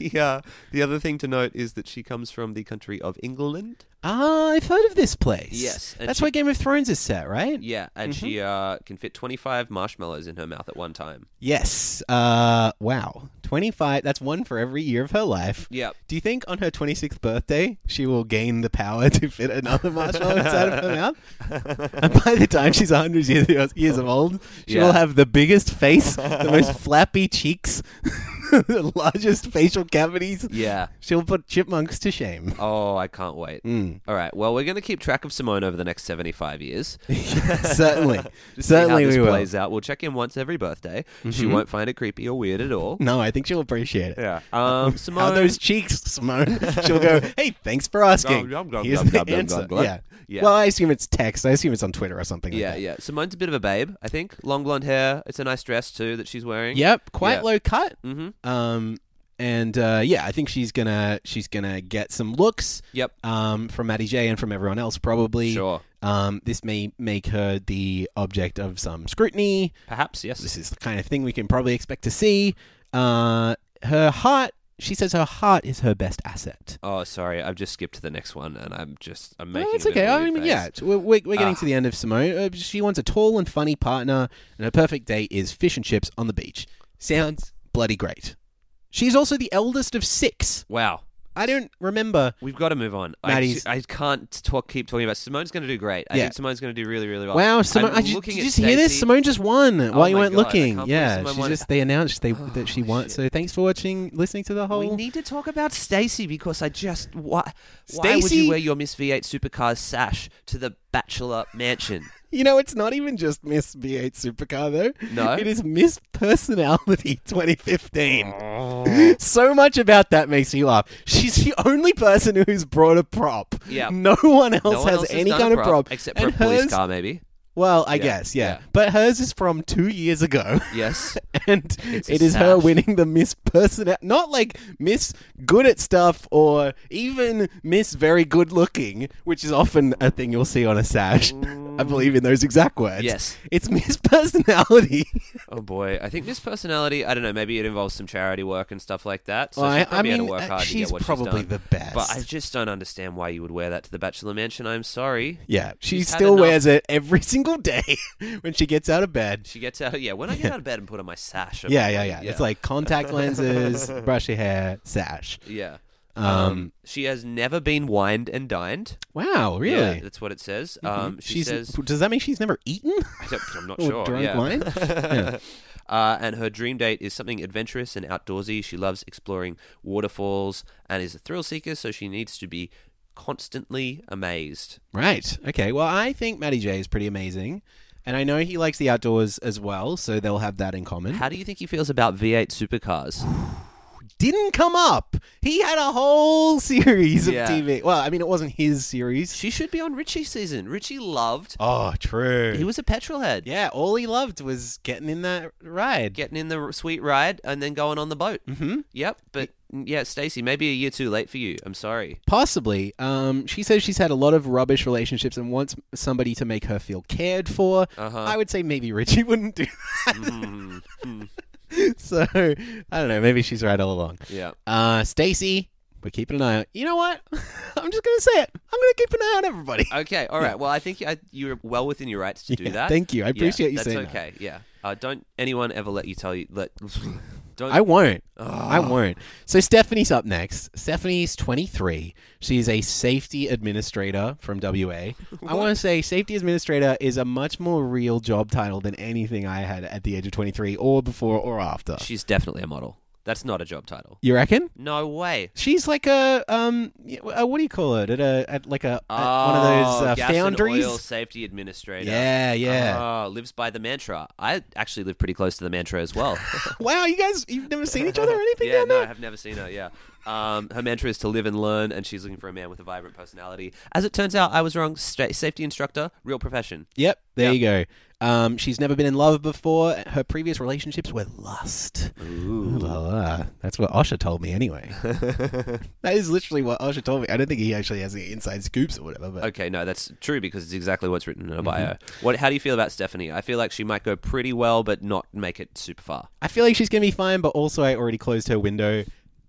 D: yeah. The other thing to note is that she comes from the country of England.
C: ah, I've heard of this place.
D: Yes, and
C: That's
D: she-
C: where Game of Thrones is set, right?
D: Yeah, and she uh, can fit 25 marshmallows in her mouth at one time.
C: Yes. Uh, wow. 25. That's one for every year of her life.
D: Yep.
C: Do you think on her 26th birthday, she will gain the power to fit another marshmallow inside
D: [LAUGHS]
C: of her mouth? And by the time she's 100 years, years of old, she
D: Yeah.
C: will have the biggest face, the
D: [LAUGHS]
C: most flappy cheeks, [LAUGHS] the largest facial cavities.
D: Yeah.
C: She'll put chipmunks
D: [LAUGHS]
C: to shame.
D: Oh, I can't wait. All right. Well, we're going to keep track of Simone over the next 75 [LAUGHS] years.
C: Certainly.
D: See
C: Certainly
D: how this
C: we will.
D: plays out. We'll check in once every birthday. She won't find it creepy or weird at [LAUGHS] all.
C: No, I think she'll appreciate it.
D: Yeah. [LAUGHS] Um, Simone.
C: [LAUGHS] How those cheeks, Simone. [LAUGHS] She'll go, hey, thanks for asking.
D: Glug, glug, glug,
C: Here's
D: glug,
C: the
D: glug, glug,
C: answer.
D: glug.
C: Yeah.
D: Yeah.
C: Well, I assume it's text. I assume it's on Twitter or something like
D: Yeah,
C: that.
D: yeah. Simone's a bit of a babe, I think. Long blonde hair. It's a nice dress, too, that she's wearing.
C: Yep, quite
D: Yeah.
C: low cut.
D: Mm-hmm.
C: Um, and uh, yeah, I think she's gonna she's gonna get some looks.
D: Yep.
C: Um, from Maddie J and from everyone else probably.
D: Sure.
C: Um, this may make her the object of some scrutiny.
D: Perhaps, yes. [LAUGHS]
C: This is the kind of thing we can probably expect to see. Uh, her heart. She says her heart is her best asset.
D: Oh, sorry, I've just skipped to the next one, and I'm just I'm
C: Well,
D: making.
C: that's
D: a bit
C: okay.
D: of a
C: I
D: weird
C: mean,
D: face.
C: yeah, it's- we're, we're, we're getting
D: Ah.
C: to the end of Simone. Uh, she wants a tall and funny partner, and her perfect date is fish and chips on the beach. Sounds bloody great. She's also the eldest of six.
D: Wow,
C: I don't remember.
D: we've got to move on. I,
C: Maddie's-
D: I can't talk. Keep talking about Simone's going to do great. I
C: Yeah.
D: think Simone's going to do really, really well.
C: Wow, Simone!
D: Oh, I'm
C: I just,
D: looking at
C: did you just hear this?
D: Stacey. Oh
C: Simone just won while you
D: my
C: weren't
D: God, I
C: looking.
D: can't believe
C: Yeah,
D: Simone
C: she
D: won. Oh,
C: just they announced they that she won. So thanks for watching, listening to the
D: We
C: whole.
D: need to talk about Stacy because I just why why would
C: Stacey-
D: you wear your Miss V8 supercar sash to the Bachelor mansion?
C: You know, it's not even just Miss V8 Supercar, though.
D: No?
C: It is Miss Personality [LAUGHS]
D: Oh.
C: 2015. [LAUGHS] so much about that makes me laugh. She's the only person who's brought a prop.
D: Yeah.
C: No one else
D: No one
C: has
D: else
C: any
D: done
C: kind
D: a
C: of prop.
D: except for
C: And
D: a police
C: hers-
D: car, maybe.
C: Well, I
D: Yeah,
C: guess, yeah.
D: yeah.
C: But hers is from two years [LAUGHS] ago.
D: Yes.
C: and
D: It's a
C: it is her
D: sash.
C: winning the Miss Personality. Not like Miss Good at Stuff or even Miss Very Good Looking, which is often a thing you'll see on a sash. [LAUGHS] I believe in those exact words.
D: Yes.
C: It's Miss Personality. [LAUGHS]
D: oh boy, I think this personality. I don't know. Maybe it involves some charity work and stuff like that. So
C: Well, I-
D: she's
C: I
D: probably had
C: mean,
D: to work
C: uh,
D: hard to
C: she's
D: get what
C: probably
D: she's done.
C: the best.
D: But I just don't understand why you would wear that to the bachelor mansion. I'm sorry.
C: yeah, she
D: She's had
C: still
D: enough.
C: wears it every [LAUGHS] single day when she gets out of bed.
D: She gets out. Yeah, when
C: [LAUGHS]
D: I get out of bed and put on my sash. I'm "Oh,
C: Yeah, yeah, yeah. It's
D: [LAUGHS]
C: like contact lenses, brush your hair, sash.
D: yeah.
C: Um,
D: she has never been wined and dined.
C: wow, really? Mm-hmm.
D: Yeah, that's what it says. Um, she
C: she's, [LAUGHS]
D: says,
C: does that mean she's never eaten? [LAUGHS]
D: I don't- I'm not
C: or
D: sure.
C: drunk
D: yeah. [LAUGHS]
C: wine?
D: Uh, and her dream date is something adventurous and outdoorsy. She loves exploring waterfalls and is a thrill seeker, so she needs to be constantly amazed.
C: Right. Okay. Well, I think Matty J is pretty amazing. And I know he likes the outdoors as well, so they'll have that in common.
D: How do you think he feels about V8 supercars?
C: Didn't come up. He had a whole [LAUGHS] series of
D: Yeah.
C: TV. Well, I mean, it wasn't his series.
D: She should be on Richie season. Richie loved.
C: Oh, true.
D: He was a petrol head.
C: yeah, all he loved was getting in that ride.
D: Getting in the r- sweet ride and then going on the boat. Mm-hmm. Yep. But yeah, Stacey, maybe a year too late for you. I'm sorry.
C: Possibly. Um, she says she's had a lot of rubbish relationships and wants somebody to make her feel cared for.
D: Uh-huh.
C: I would say maybe Richie [LAUGHS] wouldn't do that.
D: Mm-hmm.
C: so, I don't know. Maybe she's right all along.
D: Yeah.
C: Uh, Stacy, we're keeping an eye on. You know what? [LAUGHS] I'm just gonna say it. I'm gonna keep an eye on everybody.
D: Okay. All right. Well, I think you- I, you're well within your rights to do
C: Yeah,
D: that.
C: thank you. I appreciate you
D: that's
C: saying that.
D: okay. Yeah. Uh, don't anyone ever let you tell you let. [LAUGHS] Don't.
C: [LAUGHS] I won't. I won't. So Stephanie's up next. Stephanie's 23. She's a safety administrator from WA. I want to say safety administrator is a much more real job title than anything I had at the age of 23 or before or after.
D: She's definitely a model. That's not a job title.
C: You reckon?
D: No way.
C: She's like a um, y- uh, what do you call it? At a at like a [LAUGHS] at one of
D: Oh,
C: those uh,
D: gas and
C: foundries.
D: oil safety administrator.
C: Yeah, yeah.
D: Oh, lives by the mantra. I actually live pretty close to the mantra as
C: [LAUGHS]
D: well. [LAUGHS]
C: Wow, you guys, you've never seen each other or anything
D: yeah,
C: down
D: no,
C: there?
D: I have never seen her. Yeah. Um, her mantra is to live and learn, and she's looking for a man with a vibrant personality. As it turns out, I was wrong. Sta safety instructor, real profession.
C: Yep, there you go. Um, she's never been in love before. Her previous relationships were lust. Ooh. La, la. That's what Osha told
D: [LAUGHS]
C: me, anyway. that is literally what Osha told me. I don't think he actually has any inside scoops or whatever. But
D: Okay, no, that's true because it's exactly what's written in her bio. What? How do you feel about Stephanie? I feel like she might go pretty well, but not make it super far.
C: I feel like she's going to be fine, but also I already closed her window.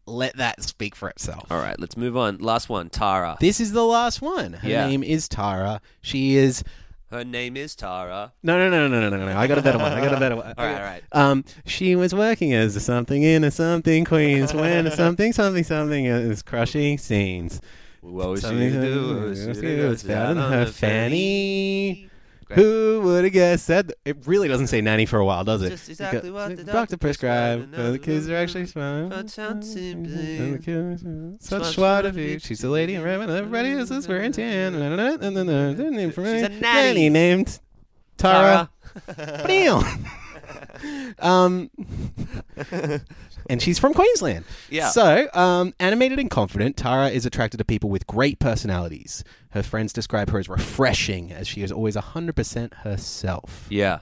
C: Let that speak for itself.
D: All right, let's move on. Last one, Tara.
C: This is the last one. Her
D: Yeah.
C: name is Tara. She is.
D: Her name is Tara.
C: No, no, no, no, no, no, no, no. I got a better one. I got a better one.
D: All right, all right.
C: Um, she was working as a something in a something
D: [LAUGHS]
C: Queens when a something something something is crushing scenes.
D: What was she
C: Something
D: gonna do? What was she gonna do? It's
C: it's
D: down
C: found in
D: on
C: her
D: the
C: fanny.
D: Great.
C: Who would have guessed that? It really doesn't say nanny for a while, does it?
D: Just exactly
C: Go-
D: what the
C: doctor
D: doctor
C: prescribed.
D: prescribed.
C: but The kids are actually
D: But
C: smiling.
D: sound simply-
C: And the kids are- Such
D: Such
C: swat of
D: wonderful
C: you. She's a lady in red, and everybody else is wearing tan. She's
D: She's a nanny.
C: named Tara.
D: Tara. [LAUGHS]
C: Bam. um, and she's from Queensland.
D: Yeah.
C: So, um, animated and confident, Tara is attracted to people with great personalities. Her friends describe her as refreshing, as she is always 100% herself.
D: Yeah,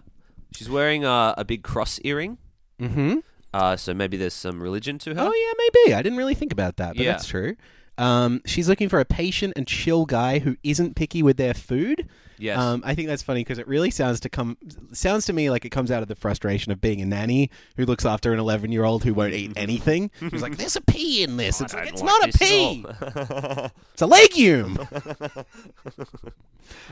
D: she's wearing uh, a big cross earring.
C: Mm-hmm.
D: Uh, so maybe there's some religion to her.
C: Oh, yeah, maybe. I didn't really think about that, but
D: Yeah.
C: that's true. Um, she's looking for a patient and chill guy who isn't picky with their food.
D: Yes.
C: Um, I think that's funny because it really sounds to come sounds to me like it comes out of the frustration of being a nanny who looks after an 11 year old who
D: [LAUGHS]
C: won't eat anything. She's like, "There's a pea in this." It's like, "It's not a pea. It's a
D: [LAUGHS]
C: legume."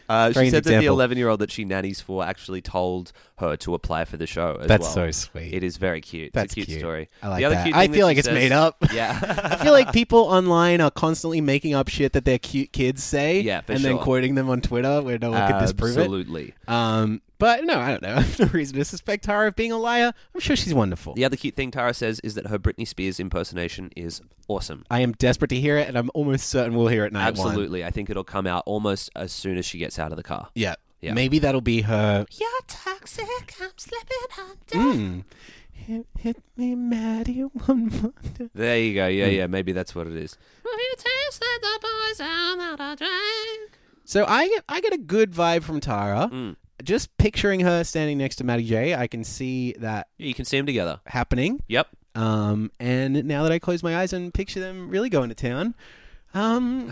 D: Uh, she
C: Strange
D: said that the
C: example.
D: 11 year old that she nannies for actually told her to apply for the show as
C: That's
D: well.
C: so sweet.
D: It is very cute. It's
C: That's
D: a cute,
C: cute.
D: story.
C: I like
D: the other
C: that.
D: Cute
C: I
D: thing
C: feel
D: that
C: like
D: she
C: it's
D: says-
C: made up.
D: [LAUGHS]
C: I
D: Yeah.
C: feel like people online are constantly making up shit that their cute kids say
D: Yeah, for
C: and then
D: sure.
C: quoting them on Twitter where no one could disprove it.
D: Absolutely.
C: Um, but no, I don't know. [LAUGHS] I have no reason to suspect Tara of being a liar. I'm sure she's wonderful.
D: The other cute thing Tara says is that her Britney Spears impersonation is awesome.
C: I am desperate to hear it, and I'm almost certain we'll hear it night one.
D: Absolutely. I think it'll come out almost as soon as she gets out of the car.
C: Yeah.
D: Yeah.
C: Maybe that'll be her.
F: You're toxic. I'm slipping under.
C: Mm. Hit, hit me, Maddie, [LAUGHS] one more time.
D: There you go.
C: Hmm.
D: Yeah, yeah. Maybe that's what it is.
F: Will you taste the poison that I drank?
C: So I get I get a good vibe from Tara.
D: Mm.
C: Just picturing her standing next to Maddie J, I can see that
D: You can see them together.
C: happening.
D: Yep.
C: Um, and now that I close my eyes and picture them really going to town, um,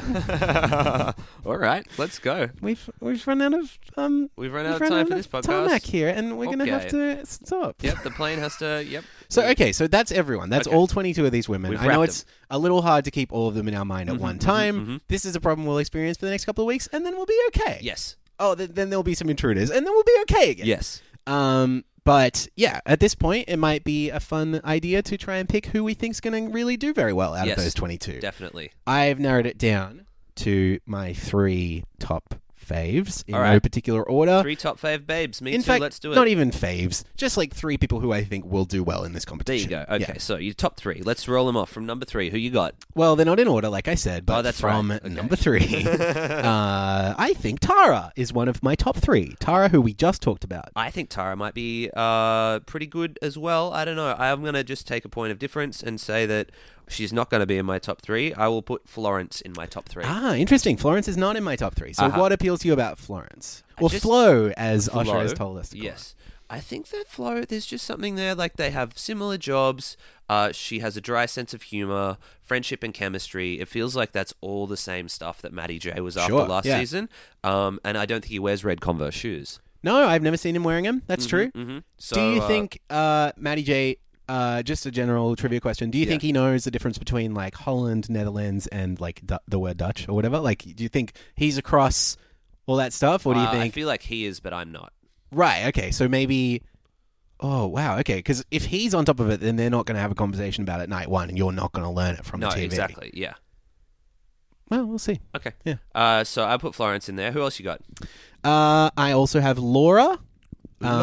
D: All right. Let's go.
C: we've we've run out of um,
D: We've run out of time for this podcast.
C: Tarmac here, and we're gonna have
D: Okay.
C: to stop.
D: Yep. The plane has to. Yep.
C: So okay, so that's everyone. That's
D: Okay.
C: all twenty-two of these women.
D: We've
C: I know
D: wrapped Mm-hmm,
C: it's a little hard to keep all of them in our mind at one time. This is a problem we'll experience for the next couple of weeks, and then we'll be okay.
D: Yes.
C: Oh, th- then there'll be some intruders, and then we'll be okay again.
D: Yes.
C: Um, but yeah, at this point, it might be a fun idea to try and pick who we think's going to really do very well out
D: Yes.
C: of those twenty-two.
D: Definitely.
C: I've narrowed it down to my three top faves in
D: All
C: no
D: right.
C: particular order.
D: Three top fave babes. Me
C: in
D: too.
C: fact,
D: let's do it.
C: not even faves, just like three people who I think will do well in this
D: there you
C: competition.
D: go. Okay,
C: Yeah.
D: so your top three. Let's roll them off from number three. Who you got?
C: Well, they're not in order, like I said, but
D: Oh, that's
C: from
D: right. Okay. [LAUGHS]
C: number three, uh, I think Tara is one of my top three. Tara, who we just talked about.
D: I think Tara might be uh, pretty good as well. I don't know. I'm going to just take a point of difference and say that she's not going to be in my top three. I will put Florence in my top three.
C: Ah, interesting. Florence is not in my top three. So,
D: Uh-huh.
C: what appeals to you about Florence? Well,
D: just-
C: Flo, as
D: Flo,
C: Usher has told us. To call
D: yes. I think that Flo, there's just something there. Like they have similar jobs. Uh, she has a dry sense of humor, friendship, and chemistry. It feels like that's all the same stuff that Maddie J was after
C: Sure,
D: last
C: yeah.
D: season. Um, and I don't think he wears red Converse shoes.
C: it. No, I've never seen him wearing them. That's true.
D: Mm-hmm. So,
C: do you
D: uh,
C: think, uh, Maddie J, uh, just a general trivia question, do you
D: Yeah.
C: think he knows the difference between like Holland, Netherlands, and like du- the word Dutch or whatever? Like, do you think he's across all that stuff? Or do you
D: uh, I
C: think.
D: feel like he is, but I'm not.
C: Right. Okay. So maybe. Oh wow. Okay. Because if he's on top of it, then they're not going to have a conversation about it night one, and you're not going to learn it from
D: No,
C: the TV.
D: exactly. Yeah.
C: Well, we'll see.
D: Okay.
C: Yeah.
D: Uh, so I put Florence in there. Who else you got?
C: Uh, I also have Laura. Um,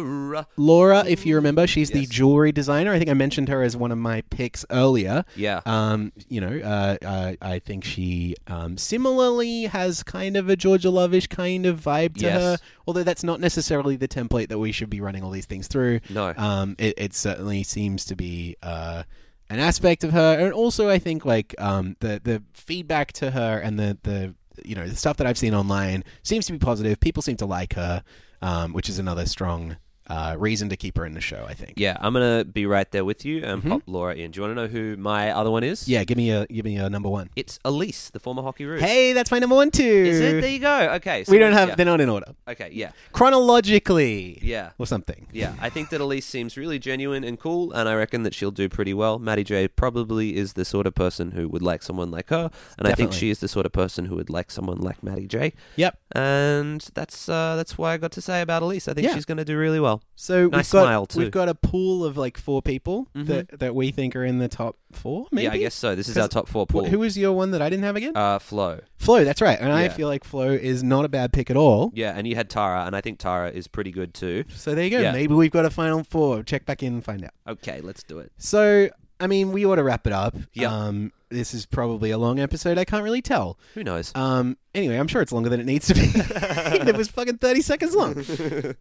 D: Laura.
C: Laura, if you remember, she's the
D: Yes.
C: jewelry designer. I think I mentioned her as one of my picks earlier.
D: Yeah.
C: [LAUGHS] Um, you know, uh, uh, I think she um, similarly has kind of a Georgia Love-ish kind of vibe to
D: Yes.
C: her, although that's not necessarily the template that we should be running all these things through.
D: No.
C: um, it, it certainly seems to be uh, an aspect of her, and also I think like um, the the feedback to her and the the you know the stuff that I've seen online seems to be positive. People seem to like her, um, which is another strong uh, reason to keep her in the show. I think.
D: yeah, I'm gonna be right there with you and pop Laura in. Do you want to know who my other one is?
C: Mm-hmm. Yeah, give me a give me a number one.
D: It's Elise, the former hockey roos.
C: Hey, that's my number one too.
D: Is it? There you go. Okay. so
C: we don't have.
D: yeah.
C: They're not in order
D: Okay. Yeah.
C: chronologically.
D: Yeah.
C: or something.
D: Yeah. I think that Elise seems really genuine and cool, and I reckon that she'll do pretty well. Maddie J probably is the sort of person who would like someone like her, and I think
C: Definitely.
D: she is the sort of person who would like someone like Maddie J.
C: Yep.
D: And that's uh, that's why I got to say about Elise. I think
C: Yeah.
D: she's going to do really well.
C: So
D: Nice
C: we've got
D: smile, too. Mm-hmm.
C: we've got a pool of like four people that that we think are in the top four. Maybe.
D: Yeah, I guess so. This is our
C: 'Cause
D: top four
C: Wh-
D: pool.
C: Who was your one that I didn't have again?
D: uh, Flo.
C: Flo. That's right. And I
D: yeah.
C: feel like Flo is not a bad pick at all.
D: Yeah, and you had Tara, and I think Tara is pretty good too.
C: So there you go.
D: Yeah.
C: Maybe we've got a final four. Check back in and find out.
D: Okay, let's do it.
C: So I mean, we ought to wrap it up.
D: Yeah.
C: Um, this is probably a long episode. I can't really tell.
D: Who knows?
C: Um, anyway, I'm sure it's longer than it needs to be. [LAUGHS] it was fucking 30 seconds long.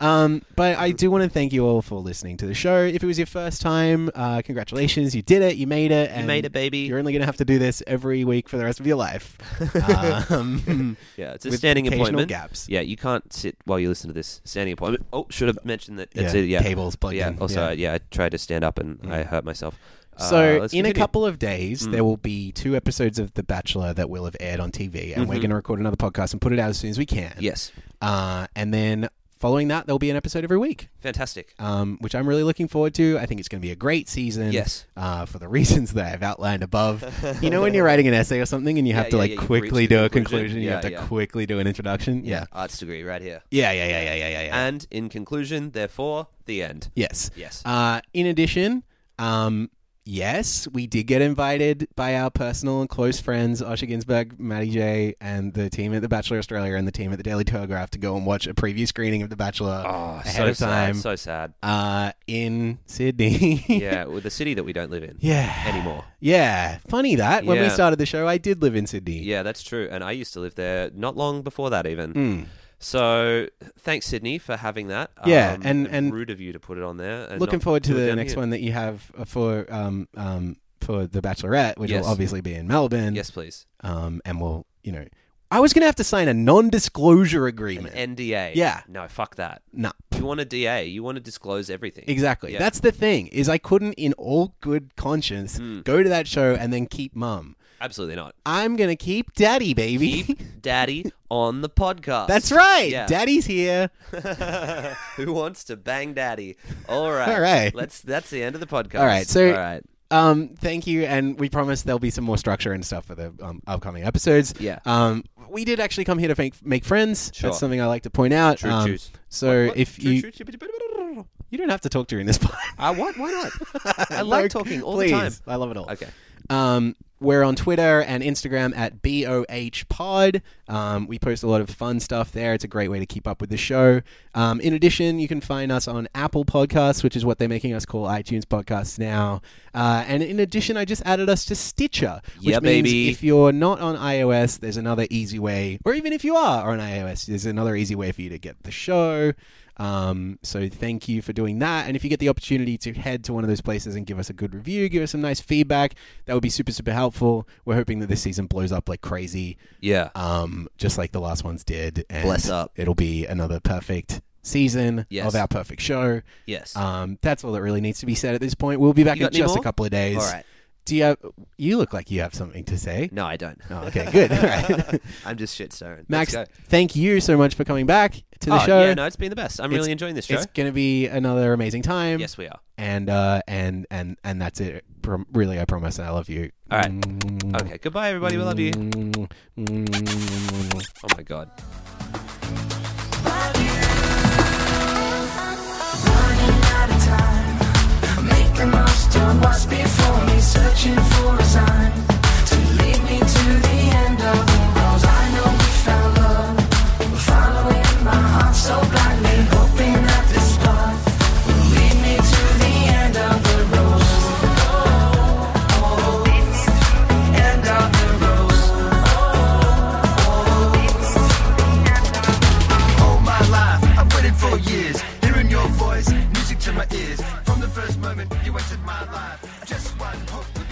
C: Um, but I do want to thank you all for listening to the show. If it was your first time, uh, congratulations. You did it. You made it.
D: you
C: and
D: made it, baby.
C: You're only going to have to do this every week for the rest of
D: [LAUGHS]
C: your life. um,
D: Yeah, it's a
C: with
D: standing
C: occasional
D: appointment.
C: gaps.
D: Yeah, you can't sit while you listen to this standing appointment. Oh, should have mentioned that. That's
C: Yeah,
D: it. Yeah,
C: cables plugged
D: yeah.
C: in.
D: Also,
C: Yeah. Mm.
D: yeah. I tried to stand up and I hurt myself. Uh,
C: So, in
D: let's
C: a
D: continue. Hmm.
C: couple of days, there will be two episodes of The Bachelor that will have aired on TV, and we're
D: Mm-hmm.
C: going to record another podcast and put it out as soon as we can.
D: Yes,
C: Uh, and then following that, there'll be an episode every week.
D: fantastic.
C: um, which I'm really looking forward to. I think it's going to be a great season.
D: Yes.
C: Uh, for the [LAUGHS] reasons that I've outlined above. you
D: [LAUGHS]
C: know, when you're writing an essay or something and you have
D: Yeah,
C: to
D: yeah,
C: like
D: yeah, you've
C: quickly
D: reached a
C: do a
D: conclusion.
C: conclusion, you
D: Yeah,
C: have to
D: yeah.
C: quickly do an introduction. Yeah.
D: arts degree right here.
C: Yeah, yeah, yeah, yeah, yeah, yeah. yeah.
D: And in conclusion, therefore, the end.
C: yes.
D: Yes.
C: Uh, in addition, um, yes, we did get invited by our personal and close friends, Osher Ginsberg, Maddie J, and the team at The Bachelor Australia and the team at The Daily Telegraph to go and watch a preview screening of The Bachelor
D: oh,
C: ahead
D: so
C: of time
D: sad. So sad.
C: uh, in Sydney. [LAUGHS]
D: yeah, with the city that we don't live in
C: Yeah.
D: anymore.
C: Yeah. Funny that. When we
D: Yeah.
C: started the show, I did live in Sydney. Hmm.
D: Yeah, that's true. And I used to live there not long before that, even. So thanks, Sydney, for having that. Um,
C: Yeah, and- and-
D: rude of you to put it on there. And
C: Looking
D: not
C: forward to
D: do it
C: the
D: down
C: next
D: here.
C: one that you have uh, for um, um, for the Bachelorette, which
D: Yes.
C: will obviously be in Melbourne.
D: Yes, please.
C: Um, and we'll, you know, I was gonna have to sign a non-disclosure
D: An
C: agreement.
D: NDA.
C: Yeah.
D: No, fuck that.
C: nah,
D: You want a DA? You want to disclose everything?
C: exactly.
D: Yeah.
C: That's the thing is I couldn't, in all good conscience,
D: Hmm.
C: go to that show and then keep mum.
D: Absolutely
C: [LAUGHS]
D: not.
C: I'm gonna keep daddy, baby.
D: Keep Daddy on the podcast.
C: [LAUGHS] That's right.
D: Yeah.
C: Daddy's here.
D: [LAUGHS] Who wants to bang Daddy? All right.
C: [LAUGHS] All right.
D: Let's. That's the end of the podcast.
C: All right, so-
D: All right.
C: Um, thank you, and we promise there'll be some more structure and stuff for the um, upcoming episodes.
D: Yeah.
C: Um, we did actually come here to make, make friends.
D: Sure.
C: That's something I like to point out.
D: True
C: Um,
D: choose.
C: So
D: What?
C: if
D: Choo-
C: you
D: choo-
C: you don't have to talk during this [LAUGHS] part.
D: Uh, what? Why
C: [LAUGHS]
D: not? I like talking all the time.
C: Please. I love it all.
D: Okay.
C: Um, we're on Twitter and Instagram at BOH Pod. Um, we post a lot of fun stuff there. It's a great way to keep up with the show. Um, in addition, you can find us on Apple Podcasts, which is what they're making us call iTunes Podcasts now. Uh, and in addition, I just added us to Stitcher, which
D: Yeah,
C: means
D: baby.
C: if you're not on iOS, there's another easy way, or even if you are on iOS, there's another easy way for you to get the show. Um, so thank you for doing that. And if you get the opportunity to head to one of those places and give us a good review, give us some nice feedback, that would be super, super helpful. We're hoping that this season blows up like crazy,
D: Yeah.
C: um, just like the last ones did. And
D: Bless up.
C: It'll be another perfect season
D: Yes.
C: of our perfect show.
D: yes.
C: Um, that's all that really needs to be said at this point. We'll be back
D: You
C: in
D: got any
C: just a
D: more?
C: couple of days.
D: all right.
C: Do you have, you look like you have something to say?
D: No, I don't.
C: Oh, okay, [LAUGHS] good.
D: [LAUGHS]
C: All right.
D: I'm just shit stirring.
C: Max,
D: Let's go.
C: thank you so much for coming back to the
D: oh,
C: show.
D: Yeah, no, it's been the best. I'm
C: It's-
D: really enjoying this show.
C: It's gonna be another amazing time.
D: Yes, we are.
C: And uh, and and and that's it. Prom- really, I promise. I love you.
D: All right. Okay. Goodbye, everybody. We love you.
C: Mm.
D: Oh my god.
G: Running out of time, make the most of what's before me. Searching for a sign to lead me to the end of the road. I know we found love, following my heart so blindly, hoping that this path will lead me to the end of the road. End of the road.
H: all my life. I've waited for years, hearing your voice, music to my ears. From the first moment you entered my life, just one hope would